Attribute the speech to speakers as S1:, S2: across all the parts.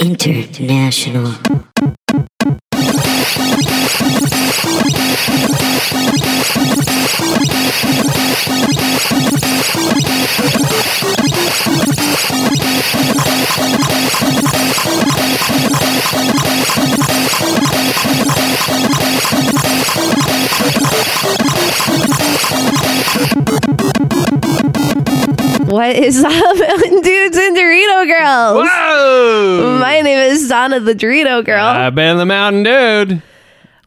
S1: International.
S2: What is up, dudes and Dorito girls?
S3: Whoa!
S2: My name is Donna the Dorito girl.
S3: I've been the mountain dude.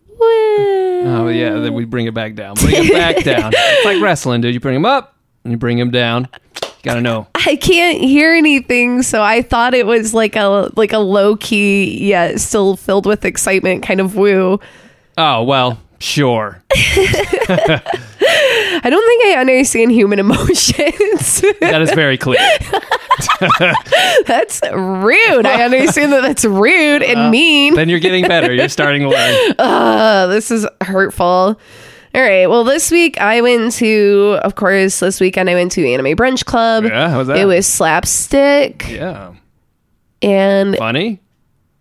S2: Woo.
S3: Oh yeah, then we bring it back down. Bring it back down. It's like wrestling, dude. You bring him up and you bring him down. You gotta know.
S2: I can't hear anything, so I thought it was like a like a low key yet still filled with excitement kind of woo.
S3: Oh well, sure.
S2: I don't think I understand human emotions.
S3: That is very clear.
S2: that's rude. I understand that that's rude and
S3: Uh,
S2: mean.
S3: Then you're getting better. You're starting to learn.
S2: Oh, this is hurtful. All right. Well, this week I went to, of course, this weekend I went to Anime Brunch Club.
S3: Yeah, how was that?
S2: It was slapstick,
S3: Yeah.
S2: and
S3: Funny.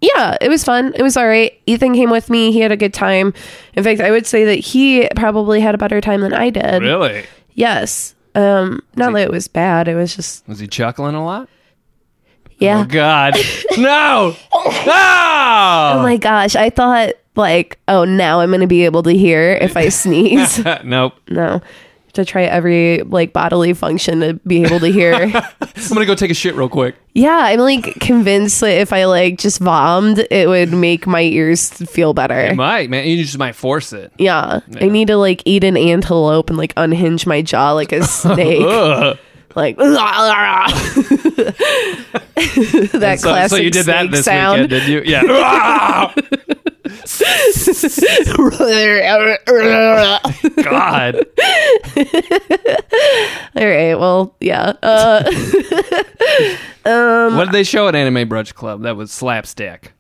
S2: yeah, it was fun. It was all right. Ethan came with me. He had a good time. In fact, I would say that he probably had a better time than I did.
S3: Really?
S2: Yes. Um, not that it was bad. It was just
S3: Was he chuckling a lot?
S2: yeah.
S3: Oh God. No. Ah!
S2: Oh
S3: No.
S2: my gosh, I thought like, oh, now I'm going to be able to hear if I sneeze.
S3: nope.
S2: no. To try every like bodily function to be able to hear.
S3: I'm gonna go take a shit real quick.
S2: yeah, I'm like convinced that if I like just vomed, it would make my ears feel better.
S3: Might man, you just might force it.
S2: Yeah. I need to like eat an antelope and like unhinge my jaw like a snake.
S3: Ugh.
S2: like that classic
S3: So, so you did that
S2: snake
S3: this
S2: sound.
S3: weekend, did you? Yeah. Ah! God.
S2: All right. Well, yeah. Uh,
S3: What did they show at Anime Brunch Club? That was slapstick.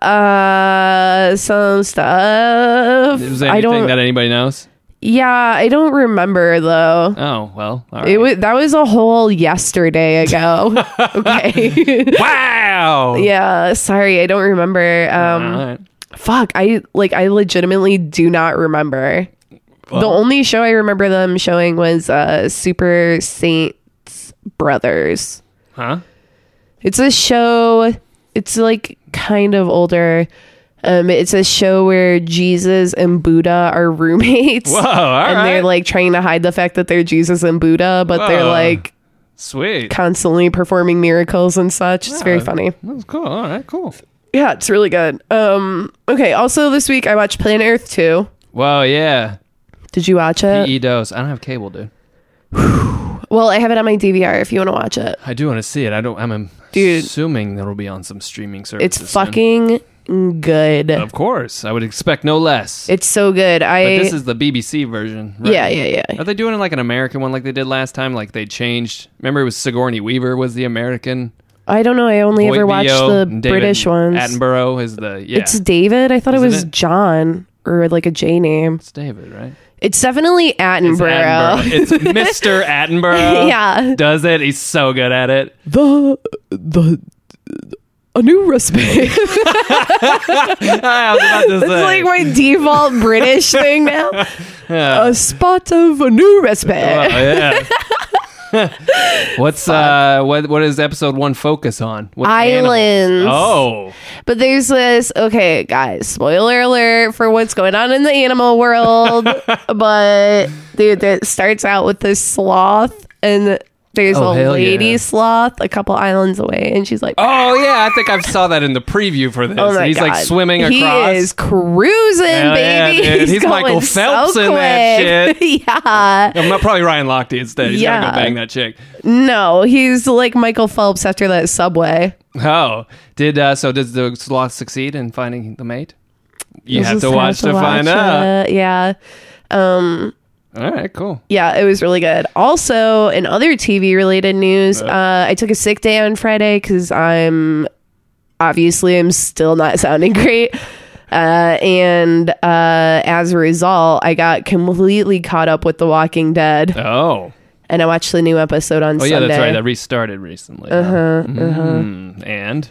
S2: uh, some stuff.
S3: Was there
S2: I
S3: anything
S2: don't.
S3: that anybody knows?
S2: yeah, I don't remember though.
S3: Oh well. All right.
S2: It was that was a whole yesterday ago. okay.
S3: wow.
S2: yeah. Sorry, I don't remember. Um,
S3: All right.
S2: fuck. I like. I legitimately do not remember. the only show I remember them showing was uh, Super Saints Brothers.
S3: Huh?
S2: It's a show. It's like kind of older. Um, it's a show where Jesus and Buddha are roommates,
S3: Whoa. All right.
S2: and they're like trying to hide the fact that they're Jesus and Buddha, but they're
S3: Whoa.
S2: like
S3: sweet.
S2: constantly performing miracles and such. It's very
S3: Yeah.
S2: funny.
S3: That's cool. All right. Cool.
S2: Yeah, it's really good. Um, okay. Also, this week I watched Planet Earth two.
S3: Well, yeah.
S2: Did you watch it?
S3: E dose. I don't have cable, dude.
S2: Well, I have it on my DVR if you want to watch it.
S3: I do want to see it. I don't. I'm
S2: Dude.
S3: assuming that'll be on some streaming service.
S2: It's fucking good.
S3: Of course, I would expect no less.
S2: It's so good. I
S3: but this is the BBC version. Right?
S2: yeah yeah yeah.
S3: Are they doing like an American one like they did last time? Like they changed. Remember, it was Sigourney Weaver was the American.
S2: I don't know. I only ever
S3: Voight
S2: watched
S3: Veo,
S2: the
S3: and David
S2: British ones.
S3: Attenborough is the yeah.
S2: It's David. I thought it
S3: Isn't
S2: was
S3: it?
S2: John or like a J name.
S3: It's David, right?
S2: It's definitely Attenborough.
S3: Attenborough. It's Mr. Attenborough.
S2: Yeah.
S3: does it? He's so good at it.
S2: the the a new recipe. it's
S3: I was about to say.
S2: like my default British thing now. A spot of a new recipe.
S3: Wow, yeah. Oh, What's uh what what is episode one focus on? What animals?
S2: Islands.
S3: Oh,
S2: But there's this, okay, guys, spoiler alert for what's going on in the animal world. but dude, it starts out with this sloth, and there's
S3: Oh,
S2: a
S3: hell
S2: lady
S3: yeah.
S2: sloth a couple islands away, and she's like, Oh,
S3: oh yeah. I think I saw that in the preview for this.
S2: my
S3: He's like
S2: God.
S3: swimming across.
S2: He is cruising,
S3: Hell yeah,
S2: baby.
S3: dude. He's
S2: going
S3: Michael
S2: so
S3: Phelps in that
S2: quick. yeah.
S3: I'm not probably Ryan Lochte instead. He's
S2: Yeah.
S3: yeah. gonna go bang that chick.
S2: No, he's like Michael Phelps after that subway.
S3: Oh, did uh, so? Does the sloth succeed in finding the mate? You
S2: This
S3: have
S2: is
S3: to
S2: how
S3: watch to, find
S2: watch
S3: out.
S2: it. Yeah.
S3: All right, cool.
S2: yeah, it was really good. Also, in other TV related news, uh, I took a sick day on Friday because I'm obviously I'm still not sounding great. Uh, and uh, as a result, I got completely caught up with The Walking Dead,
S3: Oh,
S2: and I watched the new episode on
S3: oh yeah,
S2: Sunday. Uh-huh,
S3: that's right. That restarted recently. Uh huh. Mm, And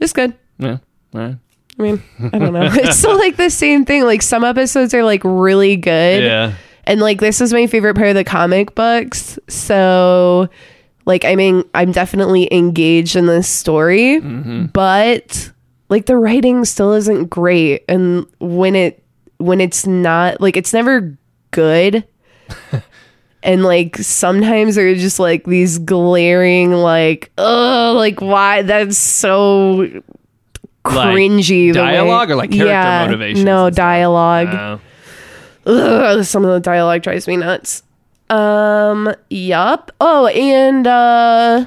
S2: It's good.
S3: Yeah. All right.
S2: I mean, I don't know. it's still like the same thing. Like some episodes are like really good.
S3: Yeah.
S2: And like this is my favorite part of the comic books. So like I mean I'm definitely engaged in this story,
S3: Mm-hmm.
S2: but like the writing still isn't great and when it when it's not like it's never good. and like sometimes there are just like these glaring like oh like why that's so
S3: Like,
S2: cringy the way-
S3: dialogue or, like, character motivations
S2: no
S3: and stuff?
S2: dialogue
S3: Oh.
S2: Ugh, some of the dialogue drives me nuts. Um, yup. Oh, and uh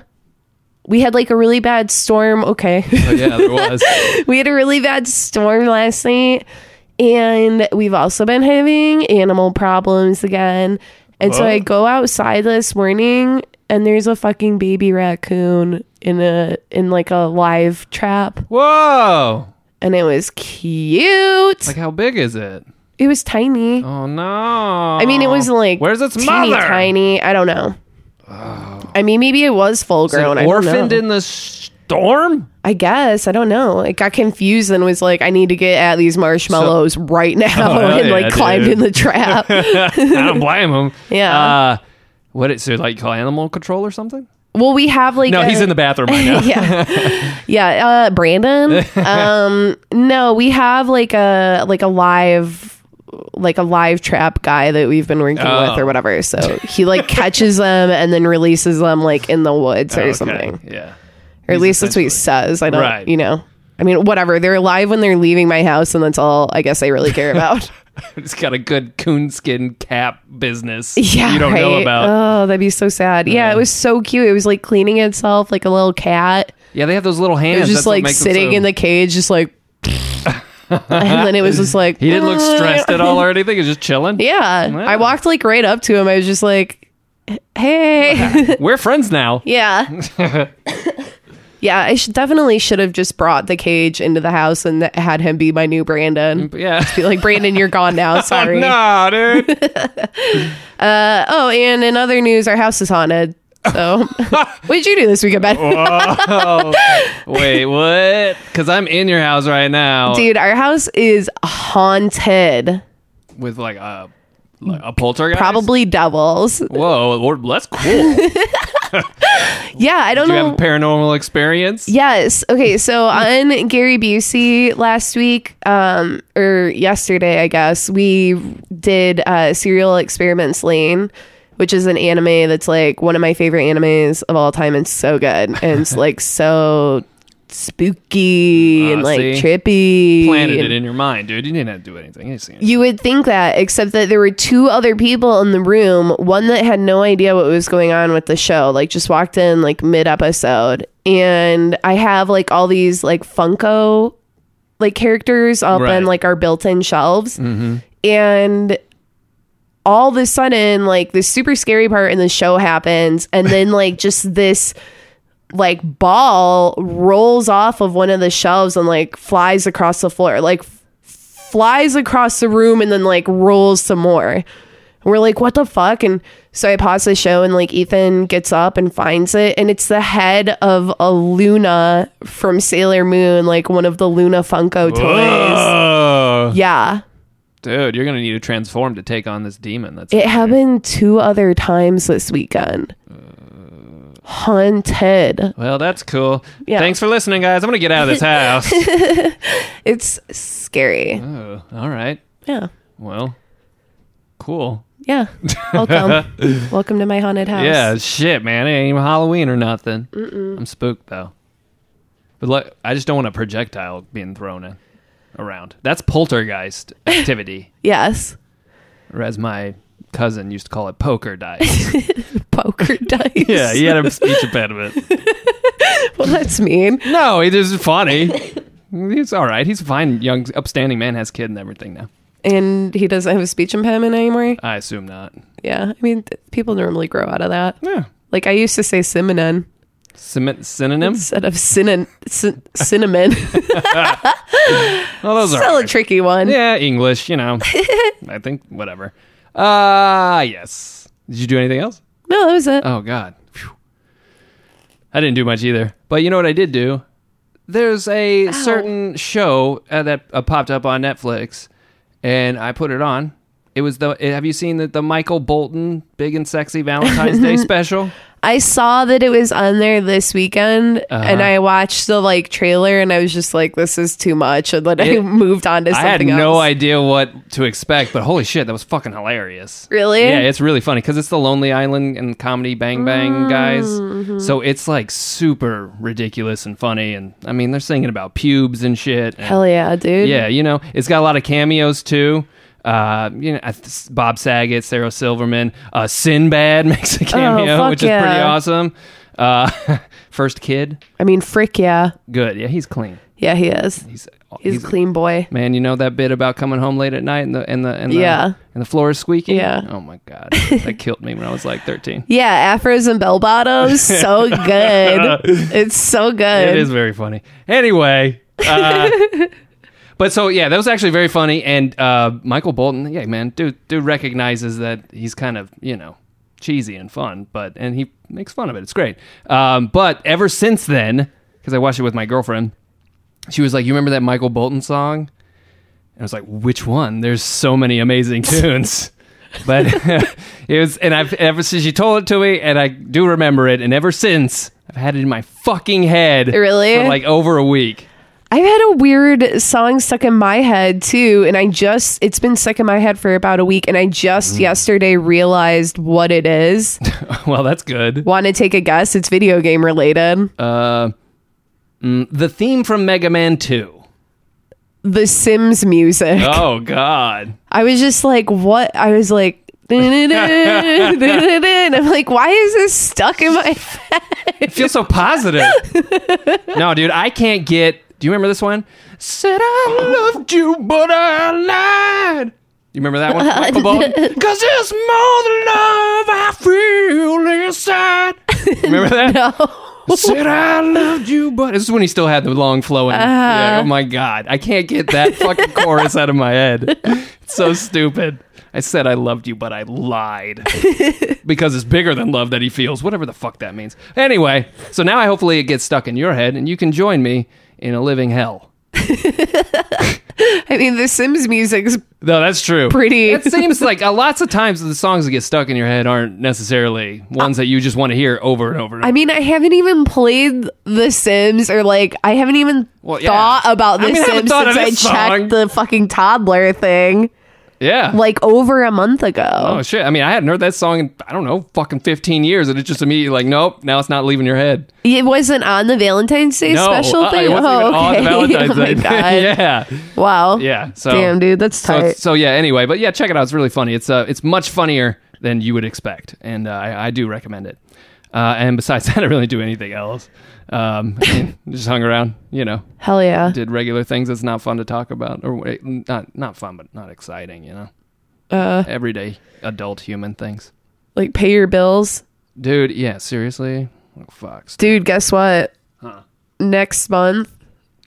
S2: we had like a really bad storm. Okay.
S3: Oh, yeah, there was.
S2: we had a really bad storm last night and we've also been having animal problems again. And so
S3: Whoa.
S2: I go outside this morning and there's a fucking baby raccoon in a in like a live trap
S3: Whoa.
S2: and it was cute.
S3: Like, how big is it?
S2: it was tiny.
S3: Oh, no.
S2: I mean, it was like
S3: Where's its
S2: teeny
S3: mother?
S2: tiny. I don't know. I mean, maybe it was full
S3: Is it
S2: grown. I don't
S3: orphaned
S2: know.
S3: in the storm?
S2: I guess I don't know. It got confused and was like, "I need to get at these marshmallows right now,"
S3: Oh, hell
S2: and like
S3: yeah,
S2: climbed
S3: dude.
S2: in the trap.
S3: I don't blame him.
S2: Yeah.
S3: Uh, what it so like call animal control or something?
S2: well, we have like
S3: No,
S2: a-
S3: he's in the bathroom right now.
S2: yeah, yeah. Uh, Brandon. Um, no, we have like a like a live like a live trap guy that we've been working
S3: Oh.
S2: with or whatever. So he like catches them and then releases them like in the woods or
S3: Okay.
S2: something.
S3: Yeah.
S2: Or at
S3: He's
S2: least that's what he says. I don't,
S3: Right.
S2: you know. I mean, whatever. They're alive when they're leaving my house, and that's all I guess I really care about.
S3: He's got a good coonskin cap business.
S2: yeah,
S3: You don't know
S2: right?
S3: about.
S2: Oh, that'd be so sad. Yeah, it was so cute. It was like cleaning itself like a little cat.
S3: yeah, they have those little hands.
S2: It was
S3: That's
S2: just
S3: what
S2: like
S3: makes them
S2: sitting
S3: so-
S2: in the cage, just like. and then it was just like
S3: He didn't look stressed at all or anything. He's just chilling.
S2: Yeah,
S3: Wow.
S2: I walked like right up to him. I was just like, "Hey,
S3: We're friends now.
S2: yeah." Yeah, I should definitely should have just brought the cage into the house and had him be my new Brandon.
S3: Yeah.
S2: Be like, Brandon, you're gone now. Sorry.
S3: nah, dude.
S2: Oh, and in other news, our house is haunted. So, what did you do this weekend, Ben?
S3: Oh. Wait, what? Because I'm in your house right now
S2: Dude, our house is haunted.
S3: with like a like a poltergeist.
S2: Probably devils.
S3: Whoa, Lord, that's cool. Do
S2: Yeah, I don't
S3: you
S2: know.
S3: have a paranormal experience?
S2: Yes. Okay. So on Gary Busey last week, um, or yesterday, I guess we did uh, Serial Experiments Lane, which is an anime that's like one of my favorite animes of all time. It's so good and it's like so spooky and
S3: Ah,
S2: like
S3: see?
S2: trippy.
S3: Planted
S2: and-
S3: it in your mind, dude. You didn't have to do anything. You just seen it.
S2: You would think that, except that there were two other people in the room, one that had no idea what was going on with the show, like just walked in like mid episode. And I have like all these like Funko like characters up
S3: Right.
S2: on like our built in shelves. And all of a sudden, like this super scary part in the show happens, and then like just this like ball rolls off of one of the shelves and like flies across the floor, like f- flies across the room and then like rolls some more. And we're like, what the fuck? And so I pause the show and like Ethan gets up and finds it, and it's the head of a Luna from Sailor Moon, like one of the Luna Funko toys.
S3: Whoa.
S2: Yeah.
S3: Dude, you're gonna need to transform to take on this demon. That's
S2: It happened two other times this weekend. Haunted.
S3: well, that's cool.
S2: Yeah.
S3: Thanks for listening, guys. I'm gonna get out of this house.
S2: It's scary.
S3: oh, all right.
S2: Yeah.
S3: Well, cool.
S2: Yeah. Welcome. Welcome to my haunted house.
S3: Yeah, shit, man. It ain't even Halloween or nothing. I'm spooked though. But look, I just don't want a projectile being thrown in, around. That's poltergeist activity,
S2: Yes.
S3: or as my cousin used to call it, poker dice.
S2: Poker dice.
S3: yeah, he had a speech impediment.
S2: Well, that's mean.
S3: No, it is funny. He's all right. He's a fine, young, upstanding man. Has kid and everything now.
S2: And he doesn't have a speech impediment anymore.
S3: I assume not.
S2: Yeah. I mean, th- people normally grow out of that.
S3: Yeah.
S2: Like I used to say cinnamon
S3: Sym- synonyms.
S2: instead of cinnamon. Cin- cinnamon.
S3: Oh, those are
S2: Still a tricky one.
S3: Yeah, English, you know. I think whatever. Uh yes. Did you do anything else?
S2: No, that
S3: Uh-huh.
S2: was it.
S3: Oh god. Phew. I didn't do much either. But you know what I did do? there's a certain show uh, that uh, popped up on Netflix, and I put it on. It was the. eh, Have you seen the, the Michael Bolton Big and Sexy Valentine's Day special?
S2: I saw that it was on there this weekend,
S3: Uh-huh.
S2: and I watched the like trailer, and I was just like, "This is too much," and then I
S3: It-
S2: moved on to
S3: I
S2: something
S3: had no
S2: else.
S3: idea what to expect, but holy shit, that was fucking hilarious.
S2: Really?
S3: Yeah, it's really funny because it's the Lonely Island and comedy Bang Bang
S2: Mm, mm-hmm.
S3: guys. So it's like super ridiculous and funny, and I mean they're singing about pubes and shit. and-
S2: Hell yeah, dude!
S3: Yeah, you know, it's got a lot of cameos too. Uh, you know, I th- Bob Saget, Sarah Silverman, uh, Sinbad makes a cameo,
S2: Oh, fuck
S3: which is pretty
S2: yeah.
S3: awesome. Uh, first kid,
S2: I mean, frick yeah,
S3: good. Yeah, he's clean.
S2: yeah, he is.
S3: He's
S2: He's, a clean boy.
S3: man. You know that bit about coming home late at night and the and the and the,
S2: Yeah.
S3: and the floor is squeaky.
S2: Yeah.
S3: Oh my god, that killed me when I was like thirteen.
S2: Yeah, afros and bell bottoms, so good. It's so good.
S3: It is very funny. Anyway. Uh, But so yeah, that was actually very funny, and uh, Michael Bolton, yeah, man, dude, dude recognizes that he's kind of you know cheesy and fun, but and he makes fun of it. It's great. Um, but ever since then, because I watched it with my girlfriend, she was like, "You remember that Michael Bolton song?" And I was like, "Which one?" There's so many amazing tunes. But it was, and I've ever since she told it to me, and I do remember it, and ever since I've had it in my fucking head,
S2: Really?
S3: for like over a week.
S2: I've had a weird song stuck in my head too, and I just it's been stuck in my head for about a week, and I
S3: Mm.
S2: just yesterday realized what it is.
S3: well, that's good.
S2: Want to take a guess? It's video game related.
S3: Uh, mm, the theme from Mega Man 2.
S2: the Sims music.
S3: Oh, God.
S2: I was just like, what? I was like. and I'm like, why is this stuck in my?
S3: It feels so positive. no, dude, I can't get. Do you remember this one? Said I loved you, but I lied. You remember that one? Michael Bolton? Cause it's more than love I feel inside. Remember that? no. Said I loved you, but this is when he still had the long flowing. Yeah, oh my god, I can't get that fucking chorus out of my head. It's so stupid. I said I loved you, but I lied because it's bigger than love that he feels, whatever the fuck that means. Anyway, so now I hopefully it gets stuck in your head, and you can join me in a living hell.
S2: I mean, the Sims music's
S3: No, that's true.
S2: Pretty.
S3: It seems like uh, lots of times the songs that get stuck in your head aren't necessarily ones that you just want to hear over and over. And over.
S2: I mean, I haven't even played The Sims or like I haven't even
S3: Well, yeah.
S2: thought about The
S3: I mean, I haven't
S2: Sims
S3: thought of
S2: since I
S3: this song.
S2: checked the fucking toddler thing
S3: yeah.
S2: like over a month ago.
S3: Oh shit! I mean, I hadn't heard that song in I don't know, fucking fifteen years, and it's just immediately like, nope, now it's not leaving your head.
S2: It wasn't on the Valentine's Day
S3: No,
S2: special
S3: uh-uh,
S2: thing.
S3: it wasn't even on Valentine's
S2: oh my
S3: Day.
S2: god!
S3: yeah,
S2: Wow.
S3: yeah. So
S2: Damn, dude, that's
S3: So,
S2: tight.
S3: it's- so yeah. Anyway, but yeah, check it out. It's really funny. It's uh, it's much funnier than you would expect, and uh, I, I do recommend it. Uh, and besides that, I really do anything else. Um, I mean, just hung around, you know,
S2: Hell yeah!
S3: did regular things. It's not fun to talk about, or wait, not not fun, but not exciting, you know.
S2: Uh,
S3: Everyday adult human things,
S2: like pay your bills,
S3: dude. Yeah, seriously. Oh, fuck.
S2: dude. Guess what? Next month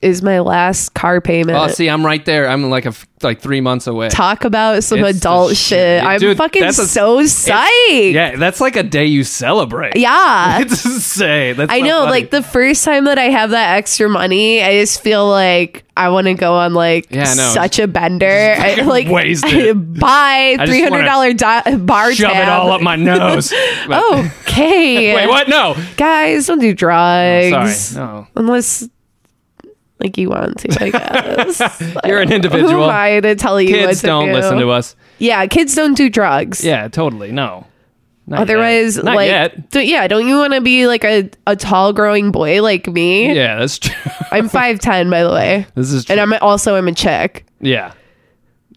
S2: is my last car payment.
S3: Oh, see, I'm right there. I'm like a f- like three months away.
S2: Talk about some
S3: It's the
S2: adult
S3: shit.
S2: shit. I'm
S3: Dude,
S2: fucking
S3: that's a-
S2: so psyched.
S3: Yeah, that's like a day you celebrate.
S2: yeah.
S3: it's insane. That's
S2: I
S3: so
S2: know,
S3: funny.
S2: like the first time that I have that extra money, I just feel like I want to go on like
S3: Yeah, I know.
S2: such a bender. I,
S3: fucking
S2: like
S3: waste it.
S2: buy
S3: I
S2: three
S3: just
S2: hundred dollar
S3: wanna
S2: di- bar
S3: shove
S2: tab.
S3: it all up my nose.
S2: Okay,
S3: Wait, what? No,
S2: guys? Don't do
S3: sorry,
S2: drugs.
S3: no.
S2: unless like you want to. I guess
S3: You're an
S2: Who
S3: individual.
S2: am I to tell you? what
S3: Kids
S2: to
S3: don't
S2: do?
S3: listen to us.
S2: Yeah, kids don't do drugs.
S3: Yeah, totally. No. Not
S2: Otherwise,
S3: yet. not
S2: like,
S3: yet.
S2: don't- yeah, don't you want to be like a, a tall, growing boy like me?
S3: Yeah, that's true.
S2: I'm five ten, by the way,
S3: this is true.
S2: and I'm also I'm a chick.
S3: yeah.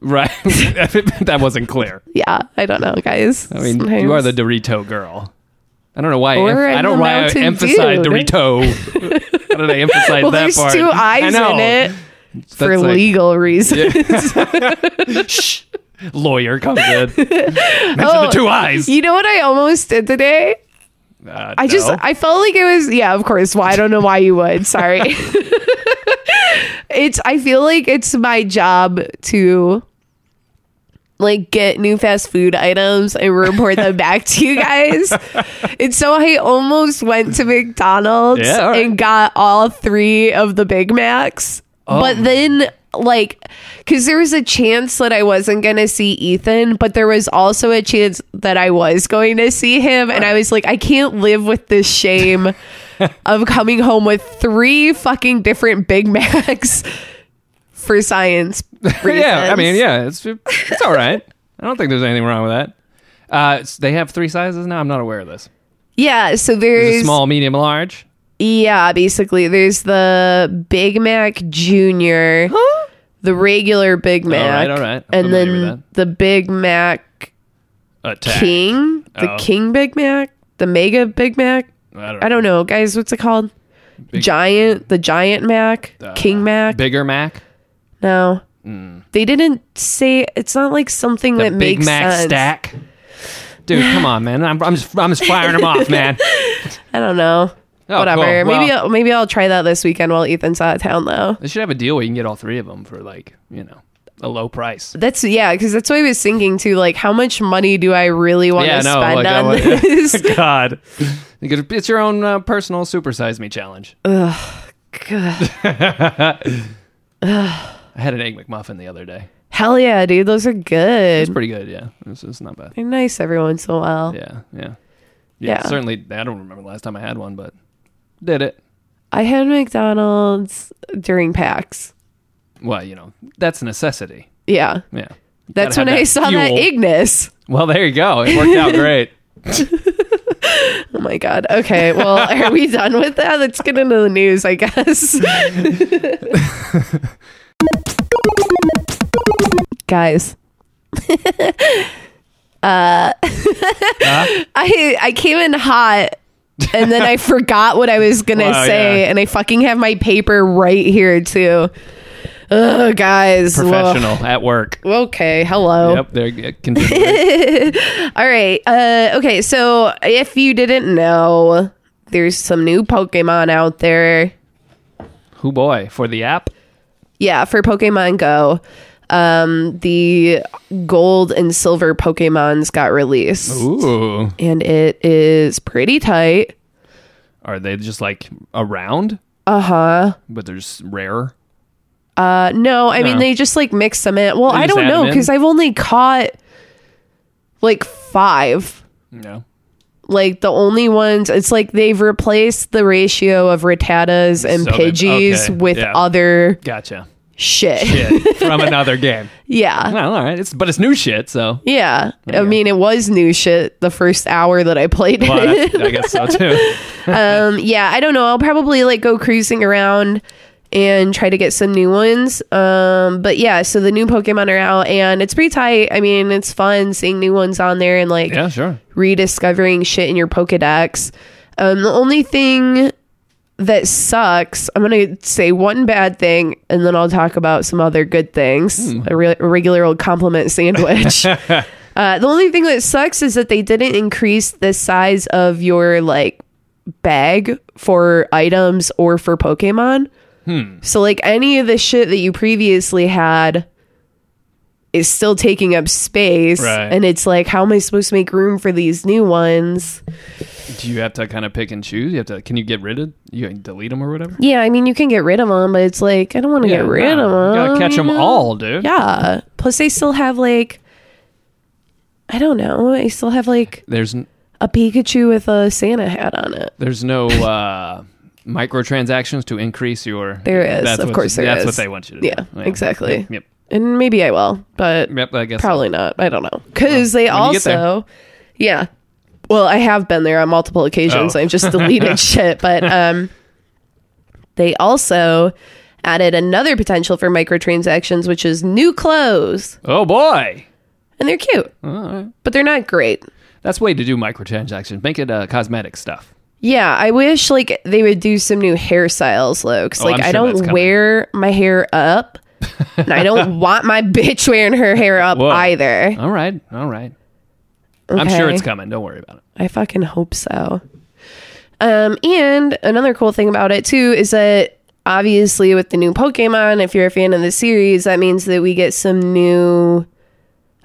S3: Right. that wasn't clear.
S2: Yeah, I don't know, guys.
S3: I mean, you are the Dorito girl. I don't know why. I,
S2: Or
S3: emph- I
S2: I'm
S3: don't
S2: the
S3: know why I
S2: Mountain
S3: emphasized
S2: Dew.
S3: Dorito. How did I emphasize
S2: well.
S3: that
S2: There's
S3: part?
S2: two
S3: I
S2: eyes
S3: know.
S2: in it for
S3: That's like-
S2: legal reasons.
S3: Shh. Lawyer comes in. Mention the two eyes.
S2: Oh, You know what I almost did today?
S3: Uh,
S2: I just
S3: no.
S2: I felt like it was yeah, of course. Why I don't know why you would. Sorry. it's I feel like it's my job to like get new fast food items and report them back to you guys. and so I almost went to McDonald's
S3: Yeah, all right.
S2: and got all three of the Big Macs.
S3: Oh.
S2: But then like cuz there was a chance that I wasn't going to see Ethan, but there was also a chance that I was going to see him and I was like I can't live with this shame of coming home with three fucking different Big Macs for science.
S3: yeah, I
S2: reasons.
S3: mean, yeah, it's it's all right. I don't think there's anything wrong with that. Uh, it's- they have three sizes now. I'm not aware of this.
S2: Yeah, so
S3: There's
S2: there's
S3: a small, medium, large.
S2: yeah, basically there's the Big Mac Junior, the regular Big Mac,
S3: all right. I'm
S2: and
S3: familiar with
S2: then the Big Mac
S3: Attack.
S2: King, the
S3: Oh.
S2: King Big Mac, the Mega Big Mac.
S3: I don't,
S2: I don't know, guys, what's it called? giant, the Giant Mac,
S3: Uh,
S2: King Mac.
S3: Bigger Mac.
S2: no, they didn't say. It's not like something
S3: Mm. The
S2: that
S3: Big
S2: makes
S3: Mac
S2: sense.
S3: stack. Dude, come on, man. I'm, I'm just I'm just firing them off, man.
S2: I don't know.
S3: Oh,
S2: Whatever.
S3: cool.
S2: Maybe
S3: Well-
S2: I'll, maybe I'll try that this weekend while Ethan's out of town though.
S3: They should have a deal where you can get all three of them for like you know a low price.
S2: That's yeah, because that's what I was thinking too. Like, how much money do I really want to
S3: Yeah, I know,
S2: spend
S3: like, I
S2: on
S3: want-
S2: this?
S3: God, You could- it's your own uh, personal supersize me challenge.
S2: God.
S3: I had an egg McMuffin the other day.
S2: Hell yeah, dude, those are good.
S3: It's pretty good. Yeah, it's, it's not bad.
S2: They're nice every once in a while.
S3: Yeah, yeah, yeah.
S2: Yeah.
S3: Certainly, I don't remember the last time I had one, but did it.
S2: I had McDonald's during PAX.
S3: Well, you know that's a necessity.
S2: Yeah,
S3: Yeah. You
S2: that's
S3: gotta
S2: when
S3: have
S2: I saw that
S3: fuel.
S2: Ignis.
S3: Well, there you go. It worked out great.
S2: Oh my god. Okay, well, are we done with that? Let's get into the news, I guess. Guys, Uh,
S3: Huh?
S2: I I came in hot and then I forgot what I was gonna
S3: Wow,
S2: say,
S3: yeah.
S2: and I fucking have my paper right here too. Ugh, guys. Well,
S3: Professional at work.
S2: okay, hello.
S3: Yep. There. yeah, Continue.
S2: All right. Uh, okay, so if you didn't know, there's some new Pokemon out there.
S3: Who boy for the app?
S2: Yeah, for Pokemon Go, um, the gold and silver Pokemons got released,
S3: Oh. Ooh.
S2: and it is pretty tight.
S3: Are they just like around?
S2: Uh-huh.
S3: But they're just rare.
S2: Uh No, I mean
S3: No.
S2: they just like mix them in. Well,
S3: They
S2: I
S3: just
S2: don't
S3: add
S2: know
S3: 'em in?
S2: because I've only caught like five.
S3: No.
S2: Like the only ones, it's like they've replaced the ratio of Rattatas and
S3: So they've-
S2: Pidgeys
S3: okay,
S2: with
S3: yeah.
S2: other
S3: Gotcha.
S2: shit.
S3: Yeah, from another game.
S2: yeah.
S3: Well, all right. It's but it's new shit, so
S2: Yeah. I mean, it was new shit the first hour that I played
S3: well,
S2: it.
S3: I, I guess so too.
S2: um, yeah, I don't know. I'll probably like go cruising around and try to get some new ones. Um, but yeah, so the new Pokemon are out and it's pretty tight. I mean, it's fun seeing new ones on there and like
S3: Yeah, sure.
S2: rediscovering shit in your Pokedex. Um, the only thing that sucks, I'm going to say one bad thing and then I'll talk about some other good things. A, re- a regular old compliment sandwich. uh, the only thing that sucks is that they didn't increase the size of your like bag for items or for Pokemon. So like any of the shit that you previously had is still taking up space
S3: Right.
S2: and it's like how am I supposed to make room for these new ones?
S3: Do you have to kind of pick and choose? You have to. Can you get rid of? You can delete them or whatever.
S2: Yeah, I mean you can get rid of them, but it's like I don't want to get rid
S3: nah,
S2: of them.
S3: You gotta catch them all, dude.
S2: Yeah. Plus they still have like I don't know. I still have like
S3: There's n-
S2: a Pikachu with a Santa hat on it.
S3: there's no uh, microtransactions to increase your.
S2: There is, of
S3: what-
S2: course there
S3: That's
S2: is.
S3: what they want you to.
S2: Yeah,
S3: do.
S2: exactly.
S3: Yep. Yep.
S2: And maybe I will, but
S3: yep I guess so.
S2: Probably not. I don't know. Because they
S3: when you get there.
S2: also, yeah. Well, I have been there on multiple occasions.
S3: Oh.
S2: I've just deleted shit, but um, they also added another potential for microtransactions, which is new clothes,
S3: Oh boy.
S2: and they're cute,
S3: All right.
S2: but they're not great.
S3: That's the way to do microtransactions. Make it uh, cosmetic stuff.
S2: Yeah, I wish like they would do some new hairstyles though, because
S3: Oh,
S2: like
S3: I'm
S2: I
S3: sure that's
S2: don't
S3: coming.
S2: wear my hair up, and I don't want my bitch wearing her hair up
S3: Whoa.
S2: either.
S3: All right. All right. I'm sure
S2: Okay.
S3: it's coming. Don't worry about it.
S2: I fucking hope so. Um, and another cool thing about it too is that obviously with the new Pokemon, if you're a fan of the series, that means that we get some new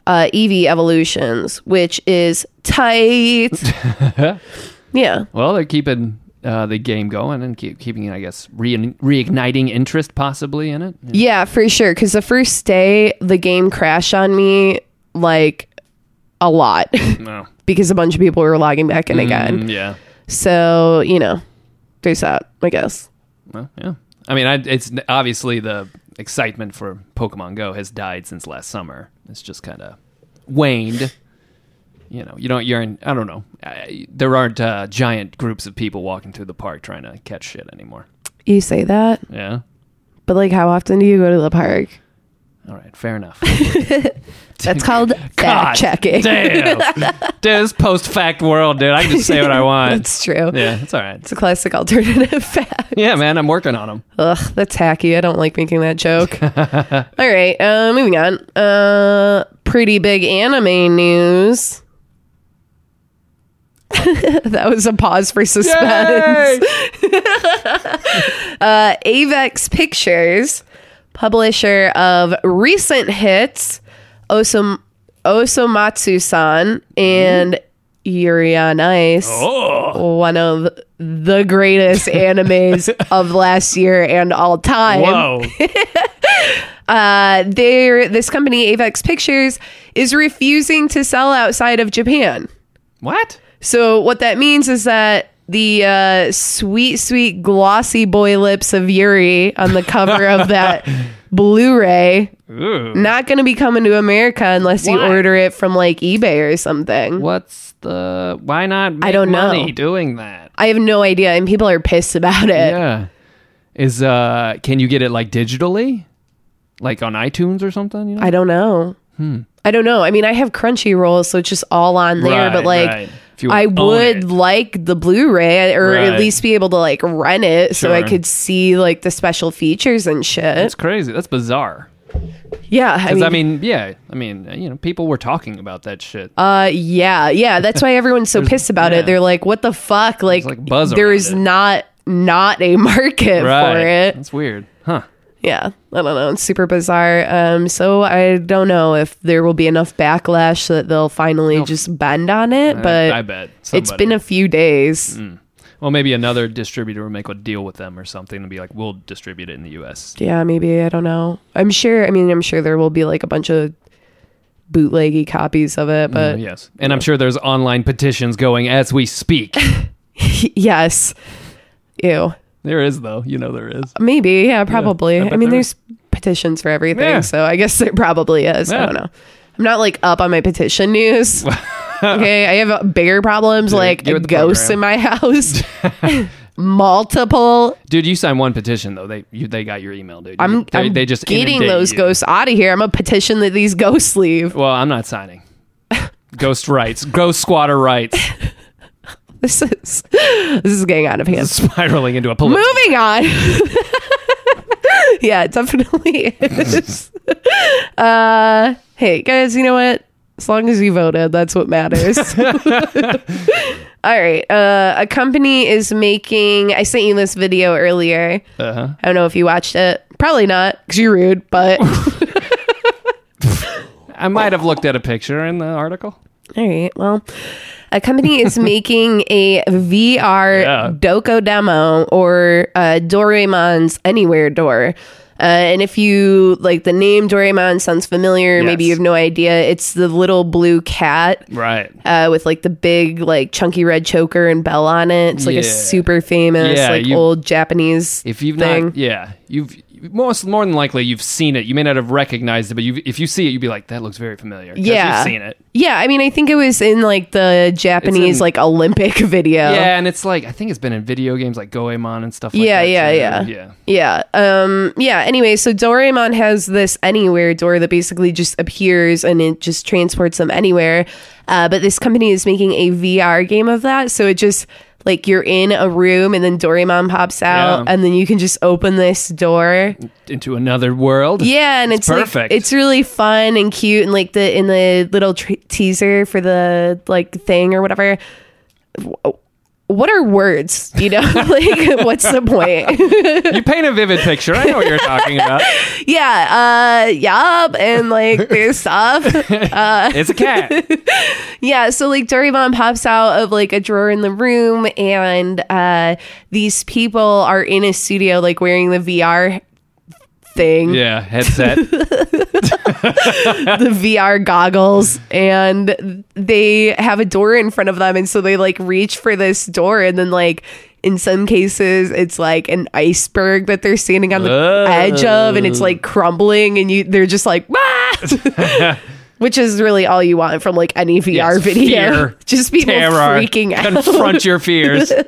S2: uh, Eevee Evolutions, which is tight. yeah.
S3: Well, they're keeping uh, the game going and keep keeping, I guess, re- reigniting interest possibly in it.
S2: Yeah, for sure. Because the first day, the game crashed on me like a lot
S3: No.
S2: because a bunch of people were logging back in again.
S3: yeah.
S2: So, you know, there's that, I guess.
S3: Well, yeah. I mean, I, it's obviously the excitement for Pokemon Go has died since last summer. It's just kind of waned. You know, you don't. You're in. I don't know. I, there aren't uh, giant groups of people walking through the park trying to catch shit anymore.
S2: You say that,
S3: Yeah.
S2: but like, how often do you go to the park?
S3: All right. Fair enough.
S2: That's called fact checking.
S3: Damn. dude, this post fact world, dude. I can just say what I want.
S2: That's true.
S3: yeah, it's all right.
S2: It's a classic alternative fact.
S3: Yeah, man, I'm working on them.
S2: Ugh, that's hacky. I don't like making that joke. All right, uh, moving on. Uh, pretty big anime news. that was a pause for suspense. Uh, Avex Pictures, publisher of recent hits Osom- Osomatsu-san and Yuri on Ice
S3: Oh,
S2: one of the greatest animes of last year and all time.
S3: whoa.
S2: Uh, they're, this company, Avex Pictures, is refusing to sell outside of Japan.
S3: what?
S2: So, what that means is that the uh, sweet, sweet glossy boy lips of Yuri on the cover of that Blu ray
S3: Ooh.
S2: not going to be coming to America unless you
S3: Why?
S2: order it from like eBay or something.
S3: What's the why not? Make
S2: don't know.
S3: money Doing that,
S2: I have no idea, and people are pissed about it.
S3: yeah. Is uh, can you get it like digitally, like on iTunes or something? You know?
S2: I don't know.
S3: Hmm.
S2: I don't know. I mean, I have Crunchyroll, so it's just all on there.
S3: Right,
S2: but like,
S3: right. If you
S2: I
S3: own
S2: would
S3: it.
S2: like the Blu-ray, or
S3: Right.
S2: at least be able to like rent it, so I
S3: Sure.
S2: could see like the special features and shit.
S3: That's crazy. That's bizarre.
S2: yeah, I
S3: 'Cause,
S2: mean,
S3: I mean, yeah. I mean, you know, people were talking about that shit.
S2: uh, yeah, yeah. That's why everyone's so pissed about
S3: yeah.
S2: it. They're like, "What the fuck?" Like,
S3: like, buzz
S2: there
S3: around
S2: is
S3: it.
S2: not not a market for it.
S3: That's weird, huh?
S2: Yeah, I don't know. It's super bizarre. Um, so I don't know if there will be enough backlash that they'll finally just bend on it, but
S3: I bet
S2: It's been a few days.
S3: well, maybe another distributor would make a deal with them or something and be like, we'll distribute it in the U.S.
S2: Yeah, maybe I don't know. I'm sure. I mean, I'm sure there will be like a bunch of bootleggy copies of it, but
S3: yes, and I'm sure there's online petitions going as we speak. Mm.
S2: yes, ew,
S3: there is though, you know there is.
S2: maybe, yeah, probably.
S3: I
S2: I,
S3: bet
S2: mean,
S3: there
S2: there's petitions for everything,
S3: Yeah.
S2: so I guess there probably is. I
S3: Yeah.
S2: don't know. I'm not like up on my petition news. okay, I have uh, bigger problems like
S3: get with the
S2: ghosts in my house, multiple.
S3: Dude, you signed one petition though. They you, they got your email, dude.
S2: I'm,
S3: they,
S2: I'm
S3: they just
S2: getting
S3: inundate
S2: those
S3: you.
S2: ghosts out of here. I'm a petition that these ghosts leave.
S3: Well, I'm not signing. Ghost rights, ghost squatter rights,
S2: This is this is getting out of hand.
S3: spiraling into a political.
S2: Moving on. yeah, it definitely is. uh, hey guys, you know what? As long as you voted, that's what matters. All right. Uh, a company is making. I sent you this video earlier.
S3: Uh-huh.
S2: I don't know if you watched it. Probably not, because you're rude. But all
S3: I might have looked at a picture in the article.
S2: right. Well, a company is making a VR
S3: Yeah.
S2: Doko demo or uh, Doraemon's Anywhere Door. Uh, and if you like the name Doraemon sounds familiar, maybe
S3: Yes.
S2: you have no idea. It's the little blue cat
S3: Right.
S2: uh, with like the big like chunky red choker and bell on it. It's like
S3: Yeah.
S2: a super famous
S3: Yeah,
S2: like
S3: you-
S2: old Japanese.
S3: If you've
S2: thing.
S3: not, yeah, you've most more than likely you've seen it. You may not have recognized it, but you if you see it, you'd be like, "That looks very familiar." 'Cause
S2: Yeah.
S3: you've seen it.
S2: yeah, I mean, I think it was in like the Japanese
S3: in-
S2: like Olympic video.
S3: Yeah, and it's like I think it's been in video games like Goemon and stuff. like
S2: Yeah,
S3: that,
S2: yeah, yeah.
S3: too. yeah.
S2: Yeah. Um yeah, anyway, so Doraemon has this anywhere door that basically just appears and it just transports them anywhere. Uh but this company is making a VR game of that, so it just like you're in a room and then Doraemon pops out
S3: Yeah.
S2: and then you can just open this door.
S3: Into another world.
S2: Yeah, and it's, like,
S3: perfect.
S2: it's really fun and cute and like the in the little tr teaser for the like thing or whatever. what are words? You know, like what's the point?
S3: You paint a vivid picture. I know what you're talking about.
S2: yeah, uh, yup, and like there's stuff.
S3: It's a cat.
S2: Yeah, so like Doraemon pops out of like a drawer in the room, and uh, these people are in a studio, like wearing the VR thing,
S3: Yeah, headset.
S2: the VR goggles, and they have a door in front of them, and so they like reach for this door, and then like. In some cases, it's like an iceberg that they're standing on the
S3: Oh.
S2: edge of, and it's like crumbling, and you they're just like, "Ah!" which is really all you want from like any VR
S3: Yes,
S2: video.
S3: fear,
S2: just people
S3: Terror.
S2: freaking out.
S3: Confront your fears.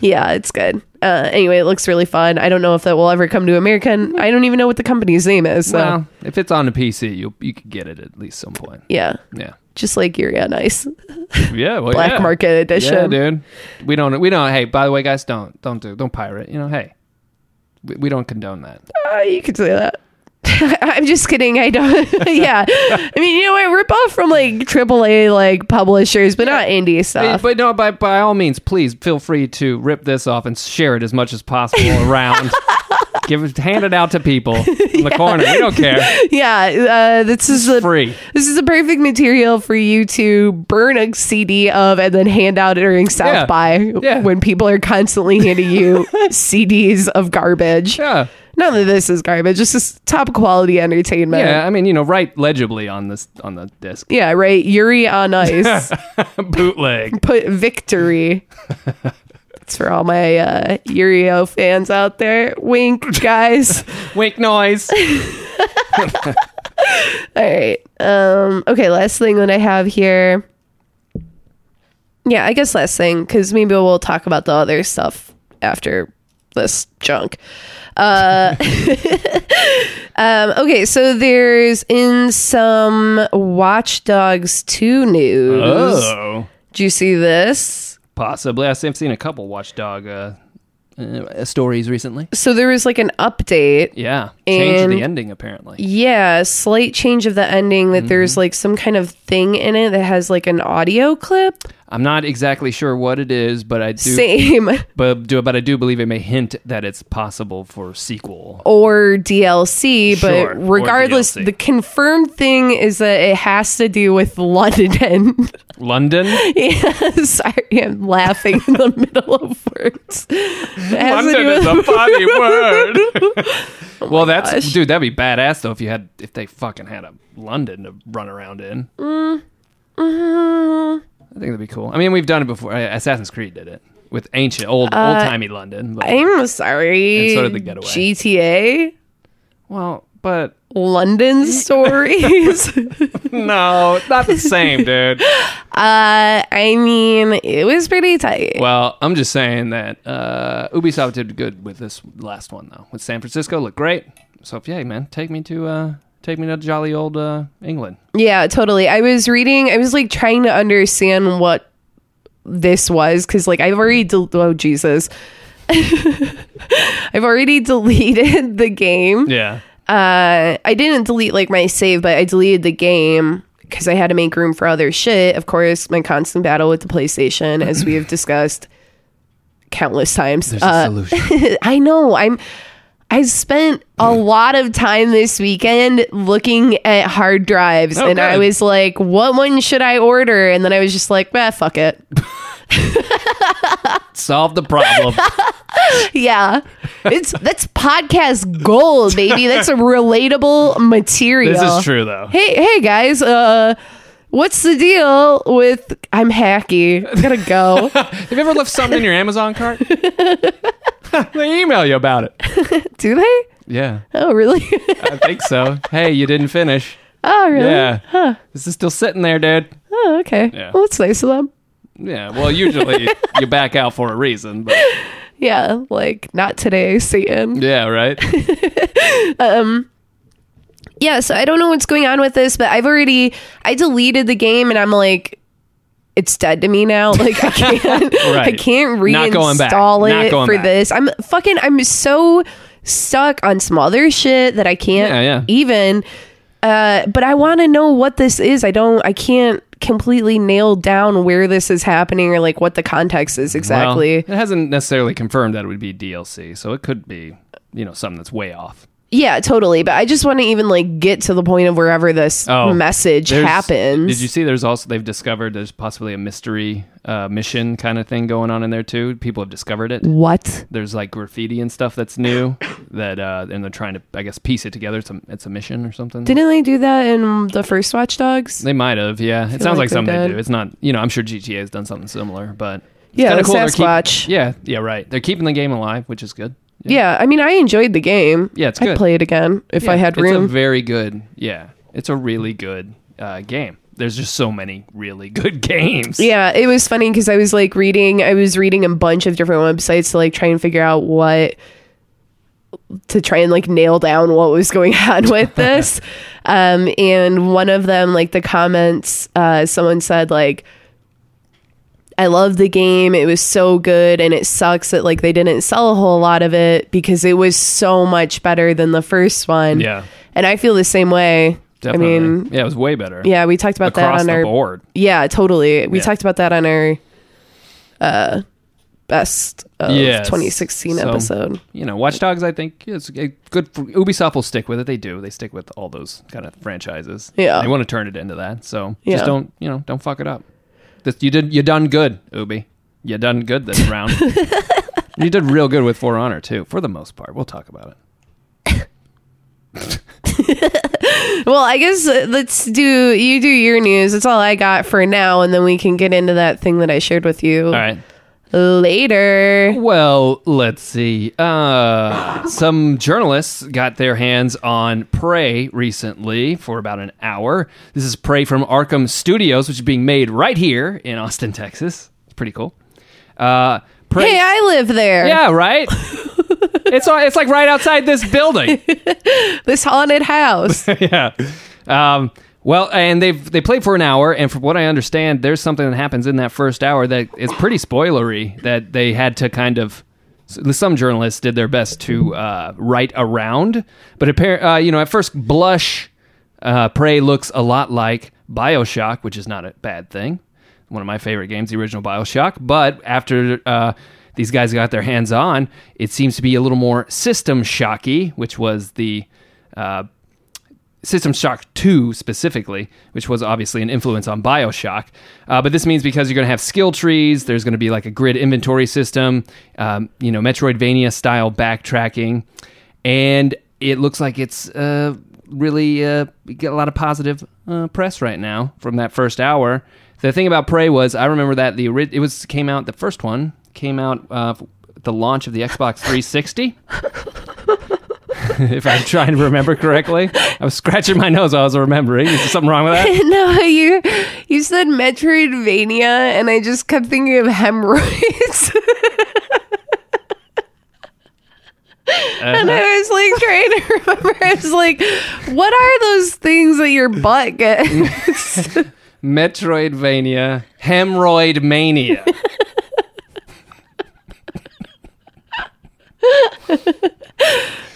S2: Yeah, it's good. Uh, anyway, it looks really fun. I don't know if that will ever come to America. And I don't even know what the company's name is. So
S3: Well, if it's on a PC, you you could get it at least some point.
S2: yeah,
S3: Yeah.
S2: just like Yuria Nice
S3: Yeah. Well,
S2: Black
S3: yeah.
S2: Market Edition.
S3: Yeah, dude. We don't. We don't. Hey, by the way, guys, don't don't do don't pirate. You know, hey, we, we don't condone that.
S2: Uh, you could say that. I'm just kidding. I don't. yeah, I mean, you know, I rip off from like AAA like publishers, but not indie
S3: Hey,
S2: stuff.
S3: but no, by by all means, please feel free to rip this off and share it as much as possible around. Give it, hand it out to people in the corner. We don't care.
S2: yeah, uh, this is the
S3: Free.
S2: this is the perfect material for you to burn a CD of and then hand out during South
S3: Yeah.
S2: by
S3: Yeah.
S2: when people are constantly handing you CDs of garbage.
S3: Yeah.
S2: None of this is garbage. It's just top quality entertainment.
S3: Yeah. I mean, you know, write legibly on this on the disc.
S2: Yeah, right. Yuri on ice.
S3: Bootleg.
S2: Put victory. It's for all my uh, Yurio fans out there. Wink, guys.
S3: Wink noise.
S2: All right. Um, okay, last thing that I have here. Yeah, I guess last thing, because maybe we'll talk about the other stuff after this junk. Uh, um, okay, so there's in some Watch Dogs 2 news.
S3: Oh.
S2: Do you see this?
S3: Possibly. I've seen a couple Watchdog uh, uh, stories recently.
S2: So there was like an update.
S3: Yeah. Changed
S2: And-
S3: the ending, apparently.
S2: Yeah, slight change of the ending that
S3: Mm-hmm.
S2: there's like some kind of thing in it that has like an audio clip.
S3: I'm not exactly sure what it is, but I do.
S2: Same.
S3: But do but I do believe it may hint that it's possible for sequel.
S2: or DLC,
S3: Sure, or
S2: but regardless,
S3: DLC.
S2: the confirmed thing is that it has to do with London.
S3: London,
S2: yeah, sorry, I'm laughing in the middle of words. It Oh has to do with-
S3: funny word. well, that's dude. That'd be badass though if you had if they fucking had a London to run around in.
S2: Mm,
S3: I think that'd be cool. I mean, we've done it before. Uh, Assassin's Creed did it with ancient old old timey London. But,
S2: Uh, I'm sorry.
S3: And so did The Getaway.
S2: GTA,
S3: well, but
S2: London stories.
S3: no, it's not the same, dude.
S2: Uh, I mean, it was pretty tight.
S3: Well, I'm just saying that uh, Ubisoft did good with this last one though. With San Francisco, looked great. So if yeah, man, take me to uh, take me to jolly old uh, England.
S2: Yeah, totally. I was reading, I was like trying to understand what this was because, like, I've already, del- oh, Jesus. I've already deleted the game.
S3: Yeah.
S2: Uh, I didn't delete like my save, but I deleted the game because I had to make room for other shit. Of course, my constant battle with the PlayStation, as we have discussed countless times. Uh,
S3: There's a Uh, solution.
S2: I know. I'm. I spent a
S3: Hmm.
S2: lot of time this weekend looking at hard drives,
S3: Oh,
S2: and I
S3: good.
S2: was like, "What one should I order?" And then I was just like, "Bah, fuck it."
S3: Solve the problem.
S2: yeah, it's that's podcast gold, baby. That's a relatable material.
S3: this is true though.
S2: Hey, hey guys. Uh, what's the deal with? I'm hacky. I gotta go.
S3: Have you ever left something in your Amazon cart? they email you about it.
S2: Do they?
S3: Yeah,
S2: Oh, really?
S3: I think so. Hey, you didn't finish.
S2: oh, really?
S3: Yeah. This is still sitting there, dude.
S2: Oh, okay.
S3: Yeah.
S2: Well, that's nice of them.
S3: Yeah, well, usually you back out for a reason, but
S2: Yeah, like not today, Satan.
S3: yeah, right?
S2: yeah, so I don't know what's going on with this, but I've already I deleted the game and I'm like it's dead to me now. Like I can't I
S3: Right.
S2: can't
S3: Not going back.
S2: reinstall
S3: Not
S2: it
S3: going
S2: for
S3: back.
S2: this. I'm fucking I'm so stuck on some other shit that I can't
S3: Yeah, yeah.
S2: even uh but I want to know what this is. I don't I can't completely nailed down where this is happening or like what the context is exactly.
S3: Well, it hasn't necessarily confirmed that it would be DLC, so it could be, you know, something that's way off.
S2: Yeah, totally. But I just want to even like get to the point of wherever this
S3: Oh,
S2: message
S3: There's-
S2: happens.
S3: Did you see? There's also they've discovered there's possibly a mystery uh, mission kind of thing going on in there too. People have discovered it.
S2: what?
S3: There's like graffiti and stuff that's new that, uh, and they're trying to, I guess, piece it together. It's a, it's a mission or something.
S2: Didn't they do that in the first Watch Dogs?
S3: They might have, yeah. It
S2: like
S3: sounds like,
S2: they
S3: something they
S2: did.
S3: do. It's not, you know, I'm sure GTA has done something similar, but it's
S2: Yeah,
S3: kinda
S2: like
S3: they're keep-
S2: Sasquatch.
S3: yeah, yeah, right. They're keeping the game alive, which is good.
S2: Yeah. I mean, I enjoyed the game.
S3: Yeah, it's
S2: I'd
S3: good.
S2: play it again if I
S3: Yeah,
S2: had
S3: It's a
S2: room.
S3: very good. Yeah, it's a really good uh, game. There's just so many really good games.
S2: yeah, it was funny because I was like reading, I was reading a bunch of different websites to like try and figure out what to try and like nail down what was going on with this. um, and one of them, like the comments, uh, someone said like, I love the game. It was so good, and it sucks that like they didn't sell a whole lot of it because it was so much better than the first one.
S3: Yeah.
S2: and I feel the same way.
S3: definitely.
S2: I mean,
S3: yeah, it was way better.
S2: yeah, we talked about
S3: across
S2: that on
S3: the
S2: our
S3: board.
S2: yeah, totally. We
S3: Yeah.
S2: talked about that on our uh best of
S3: Yes.
S2: 2016
S3: So-
S2: episode.
S3: You know, Watch Dogs. I think yeah, it's a good. For, Ubisoft will stick with it. They do. They stick with all those kind of franchises.
S2: Yeah.
S3: they want to turn it into that. So
S2: Yeah.
S3: just don't, you know, don't fuck it up. This, you did. You done good, Ubi. You done good this round. you did real good with For Honor too, for the most part. We'll talk about it.
S2: Well, I guess uh, let's do you do your news. That's all I got for now, and then we can get into that thing that I shared with you
S3: All right.
S2: later.
S3: Well, let's see. Uh, some journalists got their hands on Prey recently for about an hour. This is Prey from Arkham Studios, which is being made right here in Austin, Texas. It's pretty cool. Uh, Prey.
S2: Hey, I live there.
S3: yeah, right. it's all- it's like right outside this building.
S2: This haunted house.
S3: yeah. Um, well, and they've they played for an hour, and from what I understand, there's something that happens in that first hour that is pretty spoilery. That they had to kind of s- some journalists did their best to uh, write around, but apparent uh, you know at first blush, uh, Prey looks a lot like Bioshock, which is not a bad thing. One of my favorite games, the original Bioshock. But after uh, these guys got their hands on, it seems to be a little more system shocky, which was the uh, System Shock 2 specifically, which was obviously an influence on Bioshock. Uh, but this means because you're going to have skill trees, there's going to be like a grid inventory system, um, you know, Metroidvania style backtracking. And it looks like it's uh, really uh, get a lot of positive uh, press right now from that first hour. The thing about Prey was I remember that the ori- it was came out the first one came out uh, f- the launch of the Xbox 360 if I'm trying to remember correctly. I was scratching my nose while I was remembering. Is there something wrong with that?
S2: no, you you said Metroidvania, and I just kept thinking of hemorrhoids, and
S3: Uh-huh.
S2: I was like trying to remember. I was like, what are those things that your butt gets?
S3: Metroidvania, hemorrhoid mania.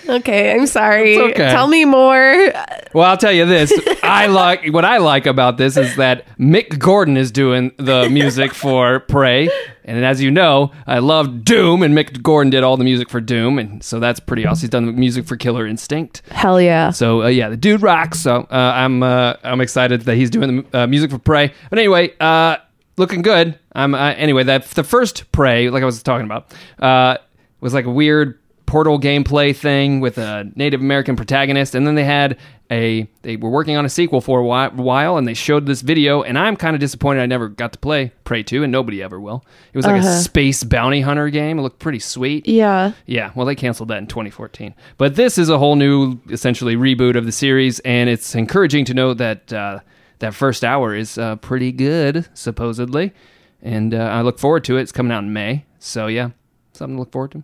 S2: okay, I'm sorry.
S3: It's okay.
S2: Tell me more.
S3: Well, I'll tell you this. I like what I like about this is that Mick Gordon is doing the music for Prey, and as you know, I love Doom, and Mick Gordon did all the music for Doom, and so that's pretty awesome. He's done the music for Killer Instinct.
S2: Hell yeah.
S3: So uh, yeah, the dude rocks. So uh, I'm uh, I'm excited that he's doing the uh, music for Prey. But anyway, uh, looking good. I'm uh, anyway that the first Prey, like I was talking about, uh, was like a weird portal gameplay thing with a Native American protagonist, and then they had a they were working on a sequel for a whi- while, and they showed this video, and I'm kind of disappointed I never got to play Prey Two, and nobody ever will. It was like a space bounty hunter game. It looked pretty sweet.
S2: Yeah.
S3: Yeah, well, they canceled that in 2014. But this is a whole new, essentially, reboot of the series, and it's encouraging to know that uh, that first hour is uh, pretty good, supposedly. And uh, I look forward to it. It's coming out in May. So, yeah, something to look forward to.